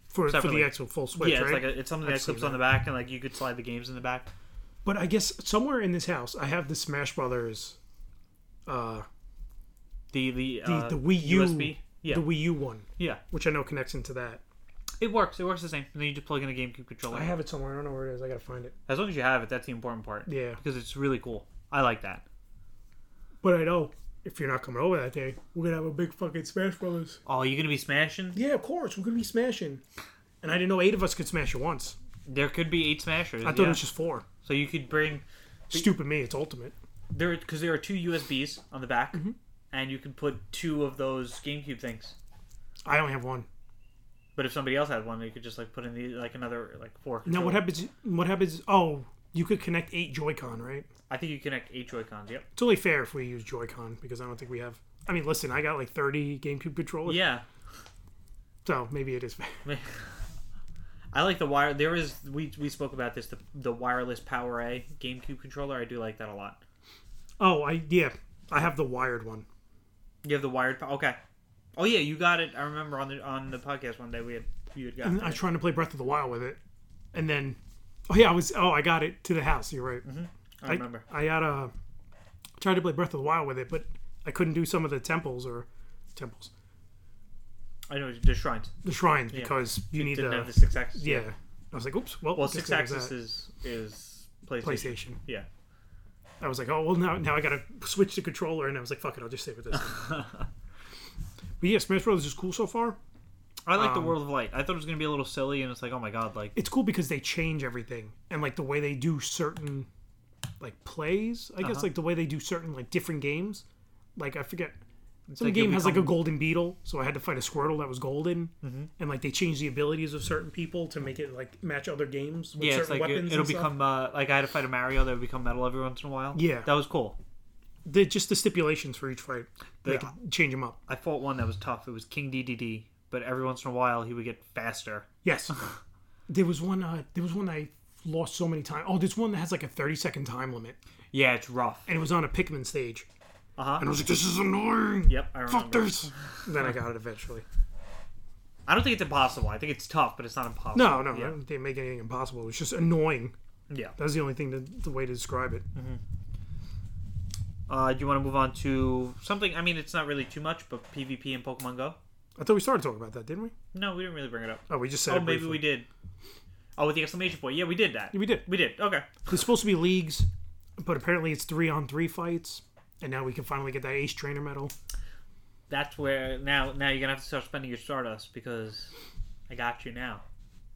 Speaker 2: for, for
Speaker 1: Separately.
Speaker 2: the actual full switch.
Speaker 1: yeah, it's like
Speaker 2: right?
Speaker 1: a, it's something
Speaker 2: I've
Speaker 1: that
Speaker 2: seen
Speaker 1: clips on
Speaker 2: that.
Speaker 1: the back, and like you could slide the games in the back.
Speaker 2: But I guess somewhere in this house, I have the Smash Brothers, uh,
Speaker 1: The the
Speaker 2: the,
Speaker 1: uh,
Speaker 2: the Wii U,
Speaker 1: USB. Yeah,
Speaker 2: the Wii U one,
Speaker 1: yeah,
Speaker 2: which I know connects into that.
Speaker 1: it works. It works the same. And then you just plug in a GameCube controller.
Speaker 2: I have it somewhere. I don't know where it is. I gotta find it.
Speaker 1: As long as you have it, that's the important part.
Speaker 2: Yeah,
Speaker 1: because it's really cool. I like that.
Speaker 2: but I know if you're not coming over that day, we're gonna have a big fucking Smash Brothers.
Speaker 1: Oh, you're gonna be smashing.
Speaker 2: Yeah, of course we're gonna be smashing. And I didn't know eight of us could smash at once.
Speaker 1: There could be eight smashers.
Speaker 2: I thought
Speaker 1: yeah.
Speaker 2: it was just four.
Speaker 1: so you could bring
Speaker 2: Stupid me. It's ultimate.
Speaker 1: there because there are two USBs on the back,
Speaker 2: Mm-hmm.
Speaker 1: and you could put two of those GameCube things.
Speaker 2: I only have one.
Speaker 1: But if somebody else had one, they could just like put in the like another like four.
Speaker 2: Now
Speaker 1: controller.
Speaker 2: what happens? What happens? Oh, you could connect eight Joy-Con, right?
Speaker 1: I think you connect eight Joy Cons. Yep.
Speaker 2: It's only fair if we use Joy-Con because I don't think we have. I mean, listen, I got like 30 GameCube controllers,
Speaker 1: Yeah.
Speaker 2: so maybe it is. fair.
Speaker 1: I like the wire. There is we we spoke about this the the wireless Power A GameCube controller. I do like that a lot.
Speaker 2: Oh, I yeah, I have the wired one.
Speaker 1: You have the wired. pow- Okay. Oh yeah, you got it. I remember on the on the podcast one day we had you had
Speaker 2: And
Speaker 1: got.
Speaker 2: Mm-hmm. I was
Speaker 1: that.
Speaker 2: trying to play Breath of the Wild with it, and then oh yeah, I was oh I got it to the house. You're right.
Speaker 1: Mm-hmm. I remember.
Speaker 2: I had a tried to play Breath of the Wild with it, but I couldn't do some of the temples or temples,
Speaker 1: I know the shrines
Speaker 2: the shrines because you need
Speaker 1: didn't
Speaker 2: the,
Speaker 1: have the six axis.
Speaker 2: yeah. I was like, oops. Well,
Speaker 1: Well,
Speaker 2: guess
Speaker 1: six
Speaker 2: there was
Speaker 1: axis
Speaker 2: that.
Speaker 1: is is PlayStation.
Speaker 2: PlayStation.
Speaker 1: Yeah.
Speaker 2: I was like, oh well, now now I gotta switch the controller, and I was like, fuck it, I'll just stay with this. but yeah, Smash Bros is cool so far.
Speaker 1: I like the
Speaker 2: Um,
Speaker 1: World of Light. I thought it was gonna be a little silly, and it's like, oh my god, like
Speaker 2: It's cool because they change everything and like the way they do certain like plays. I
Speaker 1: Uh-huh.
Speaker 2: guess like the way they do certain like different games. Like I forget. Some
Speaker 1: like you'll
Speaker 2: game has like a
Speaker 1: become- Mm-hmm.
Speaker 2: golden beetle, so I had to fight a Squirtle that was golden, and like they changed the abilities of certain people to make it like match other games with
Speaker 1: yeah, it's
Speaker 2: certain
Speaker 1: like it,
Speaker 2: weapons.
Speaker 1: it'll
Speaker 2: and stuff.
Speaker 1: become uh, like I had to fight a Mario that would become metal every once in a while.
Speaker 2: Yeah.
Speaker 1: that was cool.
Speaker 2: the, just the stipulations for each fight. They
Speaker 1: The-
Speaker 2: can change them up.
Speaker 1: I fought one that was tough. It was King DDD, but every once in a while he would get faster.
Speaker 2: Yes. there was one. Uh, there was one I lost so many times. Oh, there's one that has like a 30 second time limit,
Speaker 1: Yeah, it's rough.
Speaker 2: and it was on a Pikmin stage.
Speaker 1: Uh huh.
Speaker 2: And I was like, "This is annoying.
Speaker 1: Yep, I remember.
Speaker 2: Fuck this." then I got it eventually.
Speaker 1: I don't think it's impossible. I think it's tough, but it's not impossible.
Speaker 2: No, no,
Speaker 1: Yeah.
Speaker 2: they didn't make anything impossible. It was just annoying.
Speaker 1: Yeah.
Speaker 2: That's the only thing that the way to describe it.
Speaker 1: Mm-hmm. Uh, do you want to move on to something? I mean, it's not really too much, but PvP and Pokemon Go.
Speaker 2: I thought we started talking about that, didn't we?
Speaker 1: No, we didn't really bring it up.
Speaker 2: Oh, we just said.
Speaker 1: Oh,
Speaker 2: it
Speaker 1: maybe
Speaker 2: briefly.
Speaker 1: we did. Oh, with the exclamation point. Yeah, we did that.
Speaker 2: Yeah, we did.
Speaker 1: We did. Okay.
Speaker 2: There's supposed to be leagues, but apparently it's three on three fights, and now we can finally get that Ace Trainer medal.
Speaker 1: That's where now now you're gonna have to start spending your Stardust because I got you now.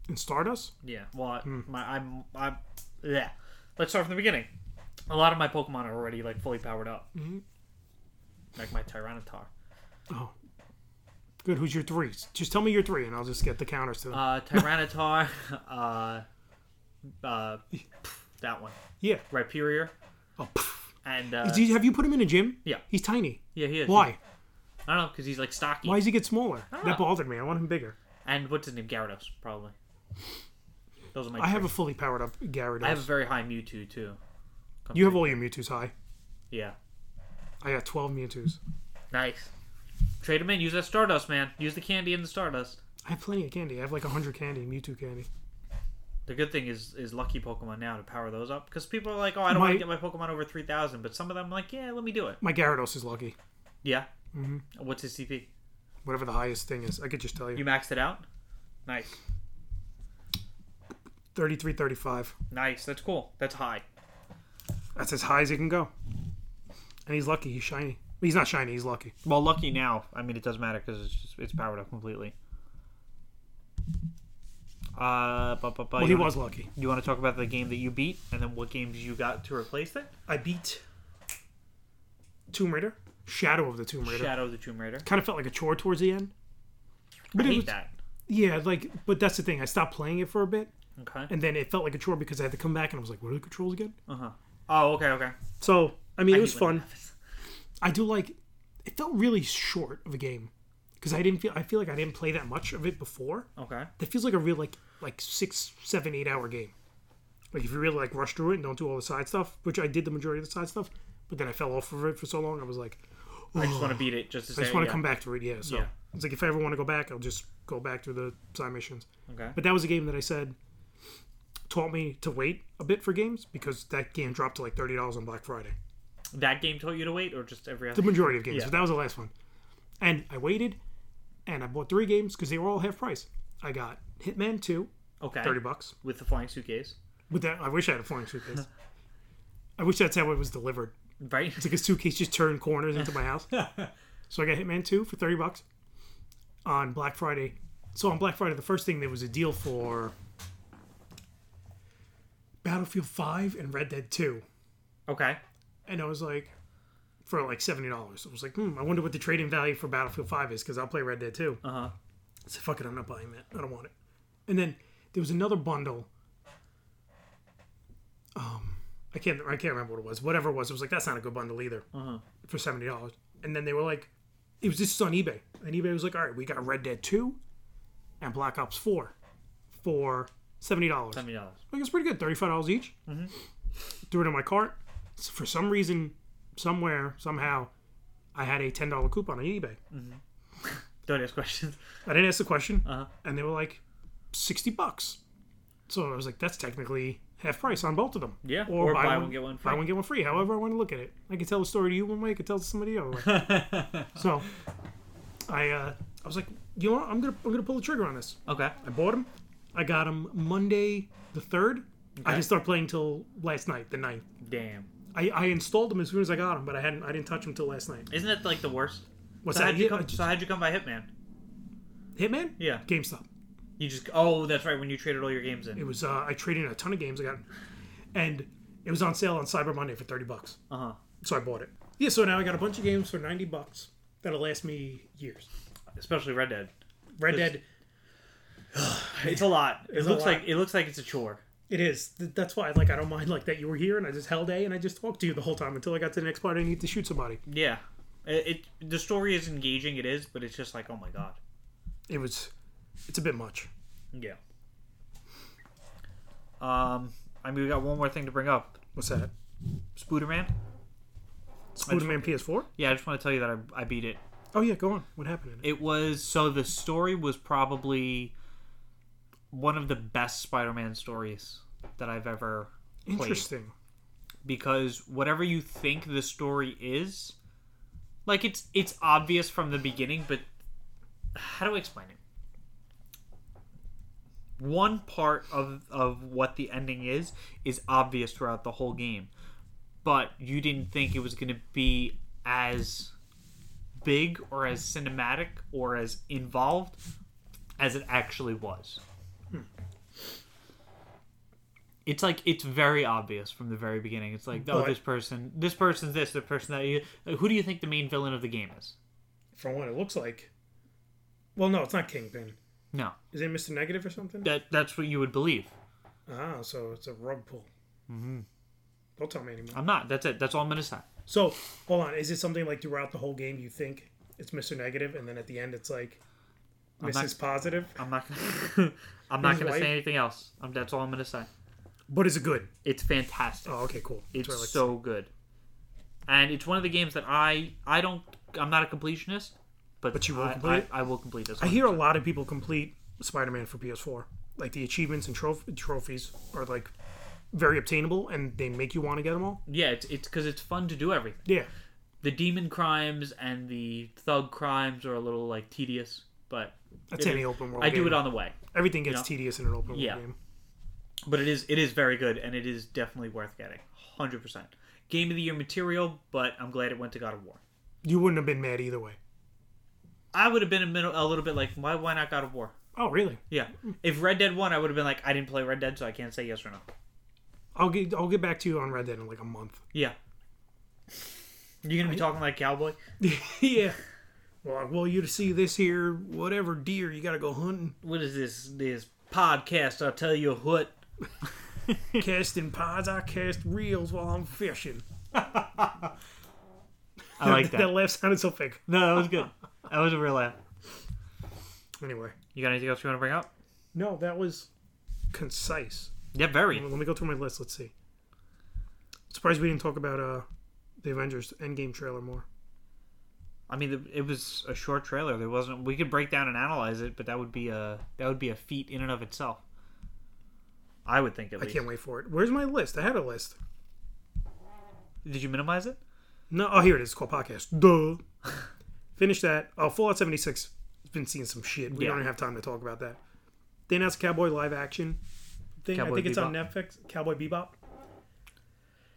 Speaker 2: And Stardust.
Speaker 1: Yeah. Well, I-
Speaker 2: Hmm.
Speaker 1: my I'm I'm yeah. Let's start from the beginning. A lot of my Pokemon are already like fully powered up. Mm-hmm. Like my Tyranitar.
Speaker 2: Oh, good. Who's your three? Just tell me your three, and I'll just get the counters to them.
Speaker 1: Uh, Tyranitar. uh, uh, that one.
Speaker 2: yeah.
Speaker 1: Rhyperior.
Speaker 2: Oh, pff.
Speaker 1: And uh,
Speaker 2: Is he- have you put him in a gym?
Speaker 1: Yeah.
Speaker 2: He's tiny.
Speaker 1: yeah, he is.
Speaker 2: Why?
Speaker 1: I don't know because he's like stocky.
Speaker 2: Why does he get smaller?
Speaker 1: know.
Speaker 2: That bothered me. I want him bigger.
Speaker 1: And what's his name? Gyarados, probably. Those are my.
Speaker 2: I have a fully powered up Gyarados.
Speaker 1: I have a very high Mewtwo too.
Speaker 2: you have all your Mewtwo's high.
Speaker 1: Yeah.
Speaker 2: I got 12 Mewtwo's.
Speaker 1: Nice. Trade them in. Use that Stardust, man. Use the candy in the Stardust.
Speaker 2: I have plenty of candy. I have like 100 candy, Mewtwo candy.
Speaker 1: The good thing is is lucky Pokemon now to power those up because people are like, oh, I don't
Speaker 2: My-
Speaker 1: want to get my Pokemon over three thousand, but some of them are like, yeah, let me do it.
Speaker 2: My Gyarados is lucky.
Speaker 1: Yeah. Mm-hmm. What's his CP?
Speaker 2: Whatever the highest thing is. I could just tell you.
Speaker 1: You maxed it out. Nice.
Speaker 2: 33, 35.
Speaker 1: Nice. That's cool. That's high.
Speaker 2: That's as high as he can go. And he's lucky. He's shiny. He's not shiny. He's lucky.
Speaker 1: Well, lucky now. I mean, it doesn't matter because it's just, it's powered up completely. Uh, but but but
Speaker 2: Well, he was lucky.
Speaker 1: You want to talk about the game that you beat, and then what games you got to replace it?
Speaker 2: I beat Tomb Raider. Shadow of the Tomb Raider.
Speaker 1: Shadow of the Tomb Raider.
Speaker 2: Kind of felt like a chore towards the end.
Speaker 1: I
Speaker 2: But it
Speaker 1: hate
Speaker 2: was,
Speaker 1: that.
Speaker 2: Yeah, like, but that's the thing. I stopped playing it for a bit,
Speaker 1: Okay.
Speaker 2: and then it felt like a chore because I had to come back, and I was like, "What are the controls again?"
Speaker 1: Uh huh. Oh, okay, okay.
Speaker 2: So, I mean,
Speaker 1: I
Speaker 2: it was
Speaker 1: hate when
Speaker 2: fun.
Speaker 1: that happens.
Speaker 2: I do like. It felt really short of a game because I didn't feel. I feel like I didn't play that much of it before.
Speaker 1: Okay.
Speaker 2: That feels like a real like like six, seven, eight hour game. Like if you really like rush through it and don't do all the side stuff, which I did the majority of the side stuff, but then I fell off of it for so long. I was like,
Speaker 1: I just want to beat it just to say.
Speaker 2: I just want to
Speaker 1: yeah.
Speaker 2: come back to it. Yeah. So
Speaker 1: Yeah.
Speaker 2: it's like if I ever want to go back, I'll just go back through the side missions.
Speaker 1: Okay.
Speaker 2: But that was a game that I said taught me to wait a bit for games because that game dropped to like thirty dollars on Black Friday.
Speaker 1: That game told you to wait, or just every
Speaker 2: The
Speaker 1: other?
Speaker 2: majority of games,
Speaker 1: Yeah.
Speaker 2: but that was the last one. And I waited, and I bought three games because they were all half price. I got Hitman Two,
Speaker 1: Okay.
Speaker 2: thirty bucks.
Speaker 1: With the flying suitcase,
Speaker 2: With that, I wish I had a flying suitcase. I wish that's how it was delivered.
Speaker 1: right?
Speaker 2: It's like a suitcase just turned corners into my house. so I got Hitman 2 for 30 bucks on Black Friday. So on Black Friday, the first thing there was a deal for Battlefield 5 and Red Dead 2.
Speaker 1: Okay.
Speaker 2: And I was like, for like $70. I was like, hmm, I wonder what the trade in value for Battlefield 5 is because I'll play Red Dead 2.
Speaker 1: Uh huh.
Speaker 2: I said, fuck it, I'm not buying that. I don't want it. And then there was another bundle. Um, I can't, I can't remember what it was. Whatever it was, it was like that's not a good bundle either for seventy dollars. And then they were like, it was just on eBay, and eBay was like, all right, we got Red Dead Two and Black Ops Four for seventy dollars.
Speaker 1: Seventy dollars.
Speaker 2: Like it's pretty good, thirty five dollars each.
Speaker 1: Mm-hmm.
Speaker 2: Threw it in my cart. S- for some reason, somewhere, somehow, I had a ten dollar coupon on eBay.
Speaker 1: Don't ask questions.
Speaker 2: I didn't ask the question,
Speaker 1: Uh-huh.
Speaker 2: and they were like sixty bucks. So I was like, that's technically half price on both of them.
Speaker 1: Yeah, or buy one, get one
Speaker 2: Buy
Speaker 1: free.
Speaker 2: one get one free. However, I want to look at it. I can tell the story to you one way, I can tell somebody the other way. so I uh, I was like, you know, what? I'm gonna I'm gonna pull the trigger on this.
Speaker 1: Okay.
Speaker 2: I bought them. I got them Monday the third. I
Speaker 1: Okay.
Speaker 2: didn't start playing till last night, the 9th.
Speaker 1: Damn.
Speaker 2: I, I installed them as soon as I got them, but I hadn't I didn't touch them till last night.
Speaker 1: Isn't that like the worst?
Speaker 2: What's
Speaker 1: So how'd you
Speaker 2: Hit-
Speaker 1: come?
Speaker 2: I just-
Speaker 1: so how'd you come by Hitman?
Speaker 2: Hitman?
Speaker 1: Yeah.
Speaker 2: GameStop.
Speaker 1: You just oh, that's right. When you traded all your games
Speaker 2: It
Speaker 1: in.
Speaker 2: was uh, I traded in a ton of games I got, and it was on sale on Cyber Monday for thirty bucks,
Speaker 1: Uh huh.
Speaker 2: so I bought it. Yeah, so now I got a bunch of games for ninety bucks that'll last me years.
Speaker 1: Especially Red Dead.
Speaker 2: Red Dead,
Speaker 1: It's a lot. It
Speaker 2: a
Speaker 1: looks
Speaker 2: lot.
Speaker 1: like it looks like it's a chore.
Speaker 2: it is. Th- That's why like I don't mind like that you were here and I just held A and I just talked to you the whole time until I got to the next part. I need to shoot somebody.
Speaker 1: Yeah. It, it the story is engaging. It is, but it's just like oh my god.
Speaker 2: It was, it's a bit much.
Speaker 1: Yeah. Um, I mean, we got one more thing to bring up.
Speaker 2: What's that?
Speaker 1: Spooderman.
Speaker 2: Spider-Man PS4?
Speaker 1: Yeah, I just want to tell you that I, I beat it.
Speaker 2: Oh yeah, go on. What happened? In it?
Speaker 1: It was so the story was probably one of the best Spider-Man stories that I've ever played.
Speaker 2: Interesting.
Speaker 1: because whatever you think the story is like it's it's obvious from the beginning but how do i explain it one part of of what the ending is is obvious throughout the whole game but you didn't think it was going to be as big or as cinematic or as involved as it actually was Hmm. it's like it's very obvious from the very beginning. It's like, oh,
Speaker 2: But-
Speaker 1: this person, this person's this, the person that you. Who do you think the main villain of the game is?
Speaker 2: From what it looks like. Well, no, it's not Kingpin.
Speaker 1: No,
Speaker 2: Is it Mr. Negative or something?
Speaker 1: that that's what you would believe.
Speaker 2: Ah, so it's a rug pull. Mm-hmm. Don't tell me anymore.
Speaker 1: I'm not. That's it. That's all I'm gonna say.
Speaker 2: So hold on, is it something like throughout the whole game you think it's Mr. Negative, and then at the end it's like Mrs.
Speaker 1: not-
Speaker 2: Positive?
Speaker 1: I'm not. Gonna, I'm not
Speaker 2: His
Speaker 1: gonna
Speaker 2: wife?
Speaker 1: say anything else. i that's all I'm gonna say.
Speaker 2: But is it good?
Speaker 1: It's fantastic.
Speaker 2: Oh, okay, cool.
Speaker 1: it's
Speaker 2: That's what I like to
Speaker 1: so good, and it's one of the games that I I don't. I'm not a completionist, but
Speaker 2: But you will
Speaker 1: I,
Speaker 2: complete
Speaker 1: I,
Speaker 2: it?
Speaker 1: I will complete this.
Speaker 2: I
Speaker 1: one.
Speaker 2: hear a lot of people complete Spider-Man for PS4. Like the achievements and troph- trophies are like very obtainable, and they make you want to get them all.
Speaker 1: yeah, it's it's because it's fun to do everything.
Speaker 2: Yeah,
Speaker 1: The demon crimes and the thug crimes are a little like tedious, but
Speaker 2: that's
Speaker 1: It
Speaker 2: any
Speaker 1: is-
Speaker 2: open world.
Speaker 1: I
Speaker 2: game.
Speaker 1: do it on the way,
Speaker 2: Everything gets
Speaker 1: know?
Speaker 2: tedious in an open world
Speaker 1: Yeah.
Speaker 2: game.
Speaker 1: but it is it is very good and it is definitely worth getting. Hundred percent game of the year material, but I'm glad it went to God of War.
Speaker 2: You wouldn't have been mad either way.
Speaker 1: I would have been a, middle, a little bit like why why not God of War?
Speaker 2: Oh, really?
Speaker 1: Yeah, if Red Dead won, I would have been like I didn't play Red Dead, so I can't say yes or no.
Speaker 2: I'll get I'll get back to you on Red Dead in like a month.
Speaker 1: Yeah, you're gonna be talking like a cowboy.
Speaker 2: yeah. Well, well, you to see this here, whatever deer, you got to go hunting,
Speaker 1: What is this this podcast? I'll tell you what.
Speaker 2: casting pods. I cast reels while I'm fishing.
Speaker 1: I like
Speaker 2: that laugh sounded so fake.
Speaker 1: no, that was good. That was a real laugh.
Speaker 2: Anyway,
Speaker 1: You got anything else you want to bring up?
Speaker 2: no, that was concise.
Speaker 1: Yeah, very.
Speaker 2: Well, let me go through my list. Let's see. Surprised we didn't talk about uh, the Avengers Endgame trailer more.
Speaker 1: I mean, the- it was a short trailer. There wasn't. We could break down and analyze it, but that would be a that would be a feat in and of itself. I would think at
Speaker 2: I
Speaker 1: least.
Speaker 2: can't wait for it. Where's my list? I had a list.
Speaker 1: Did you minimize it?
Speaker 2: No, oh here it is. It's called podcast. Duh. Finish that. Oh, Fallout 76 has been seeing some shit. We
Speaker 1: Yeah.
Speaker 2: don't have time to talk about that. They announced Cowboy live action thing. I
Speaker 1: Cowboy
Speaker 2: think it's on Netflix. Cowboy Bebop.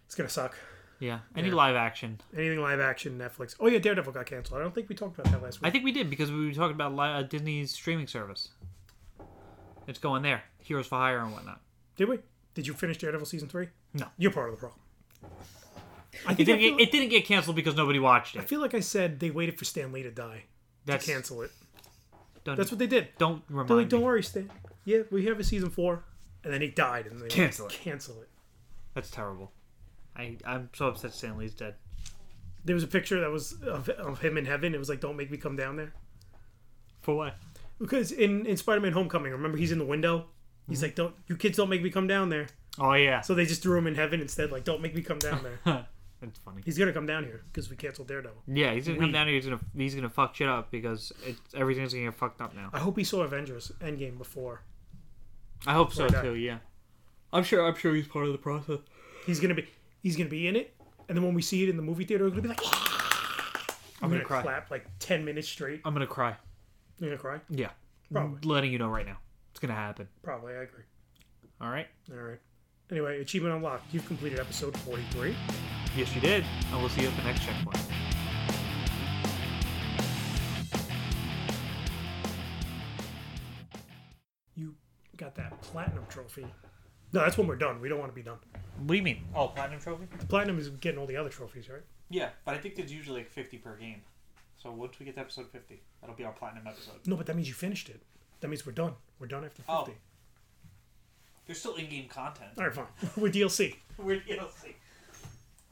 Speaker 2: It's gonna suck.
Speaker 1: Yeah. Any live action?
Speaker 2: Anything live action Netflix. Oh yeah, Daredevil got canceled. I don't think we talked about that last week.
Speaker 1: I think we did because we were talking about li- uh, Disney's streaming service. It's going there. Heroes for Hire and whatnot.
Speaker 2: Did we? Did you finish Daredevil season three?
Speaker 1: No.
Speaker 2: You're part of the problem. I
Speaker 1: It
Speaker 2: think I
Speaker 1: didn't,
Speaker 2: feel,
Speaker 1: get, it didn't get canceled because nobody watched
Speaker 2: I
Speaker 1: it.
Speaker 2: feel like I said they waited for Stan Lee to die
Speaker 1: That's
Speaker 2: to cancel it.
Speaker 1: Don't,
Speaker 2: That's what they did.
Speaker 1: don't remind
Speaker 2: They're like, don't
Speaker 1: me.
Speaker 2: worry, Stan. Yeah, we have a season four, and then he died, and they
Speaker 1: Cancel it.
Speaker 2: Cancel it.
Speaker 1: That's terrible. I I'm so upset Stan Lee's dead.
Speaker 2: There was a picture that was of, of him in heaven. It was like, don't make me come down there.
Speaker 1: For what?
Speaker 2: Because in, in Spider Man Homecoming, remember he's in the window? He's
Speaker 1: Mm-hmm.
Speaker 2: like, don't you kids don't make me come down there.
Speaker 1: Oh yeah,
Speaker 2: So they just threw him in heaven instead. Like, don't make me come down there.
Speaker 1: that's funny.
Speaker 2: he's gonna come down here because we canceled Daredevil.
Speaker 1: Yeah, he's gonna come
Speaker 2: We-
Speaker 1: down here. He's gonna he's gonna fuck shit up because it's everything's gonna get fucked up now.
Speaker 2: I hope he saw Avengers Endgame before.
Speaker 1: I hope so
Speaker 2: Right on.
Speaker 1: too. Yeah, I'm sure I'm sure he's part of the process.
Speaker 2: He's gonna be he's gonna be in it, and then when we see it in the movie theater, we're gonna be like,
Speaker 1: I'm
Speaker 2: we're
Speaker 1: gonna cry.
Speaker 2: clap like ten minutes straight.
Speaker 1: I'm gonna cry.
Speaker 2: You're gonna cry?
Speaker 1: Yeah,
Speaker 2: Probably.
Speaker 1: letting you know right now, it's gonna happen.
Speaker 2: Probably. I agree.
Speaker 1: All right.
Speaker 2: All right. Anyway, achievement unlocked. You've completed episode 43.
Speaker 1: Yes, you did, and we'll see you at the next checkpoint.
Speaker 2: You got that platinum trophy. No, that's when we're done. We don't want to be done.
Speaker 1: What do you mean? Oh, platinum trophy.
Speaker 2: The platinum is getting all the other trophies, right?
Speaker 1: Yeah, but I think there's usually like 50 per game. So once we get to episode 50, that'll be our platinum episode.
Speaker 2: No, but that means you finished it. That means we're done. We're done after 50.
Speaker 1: Oh. There's still in-game content.
Speaker 2: All right, fine. we're DLC.
Speaker 1: We're DLC.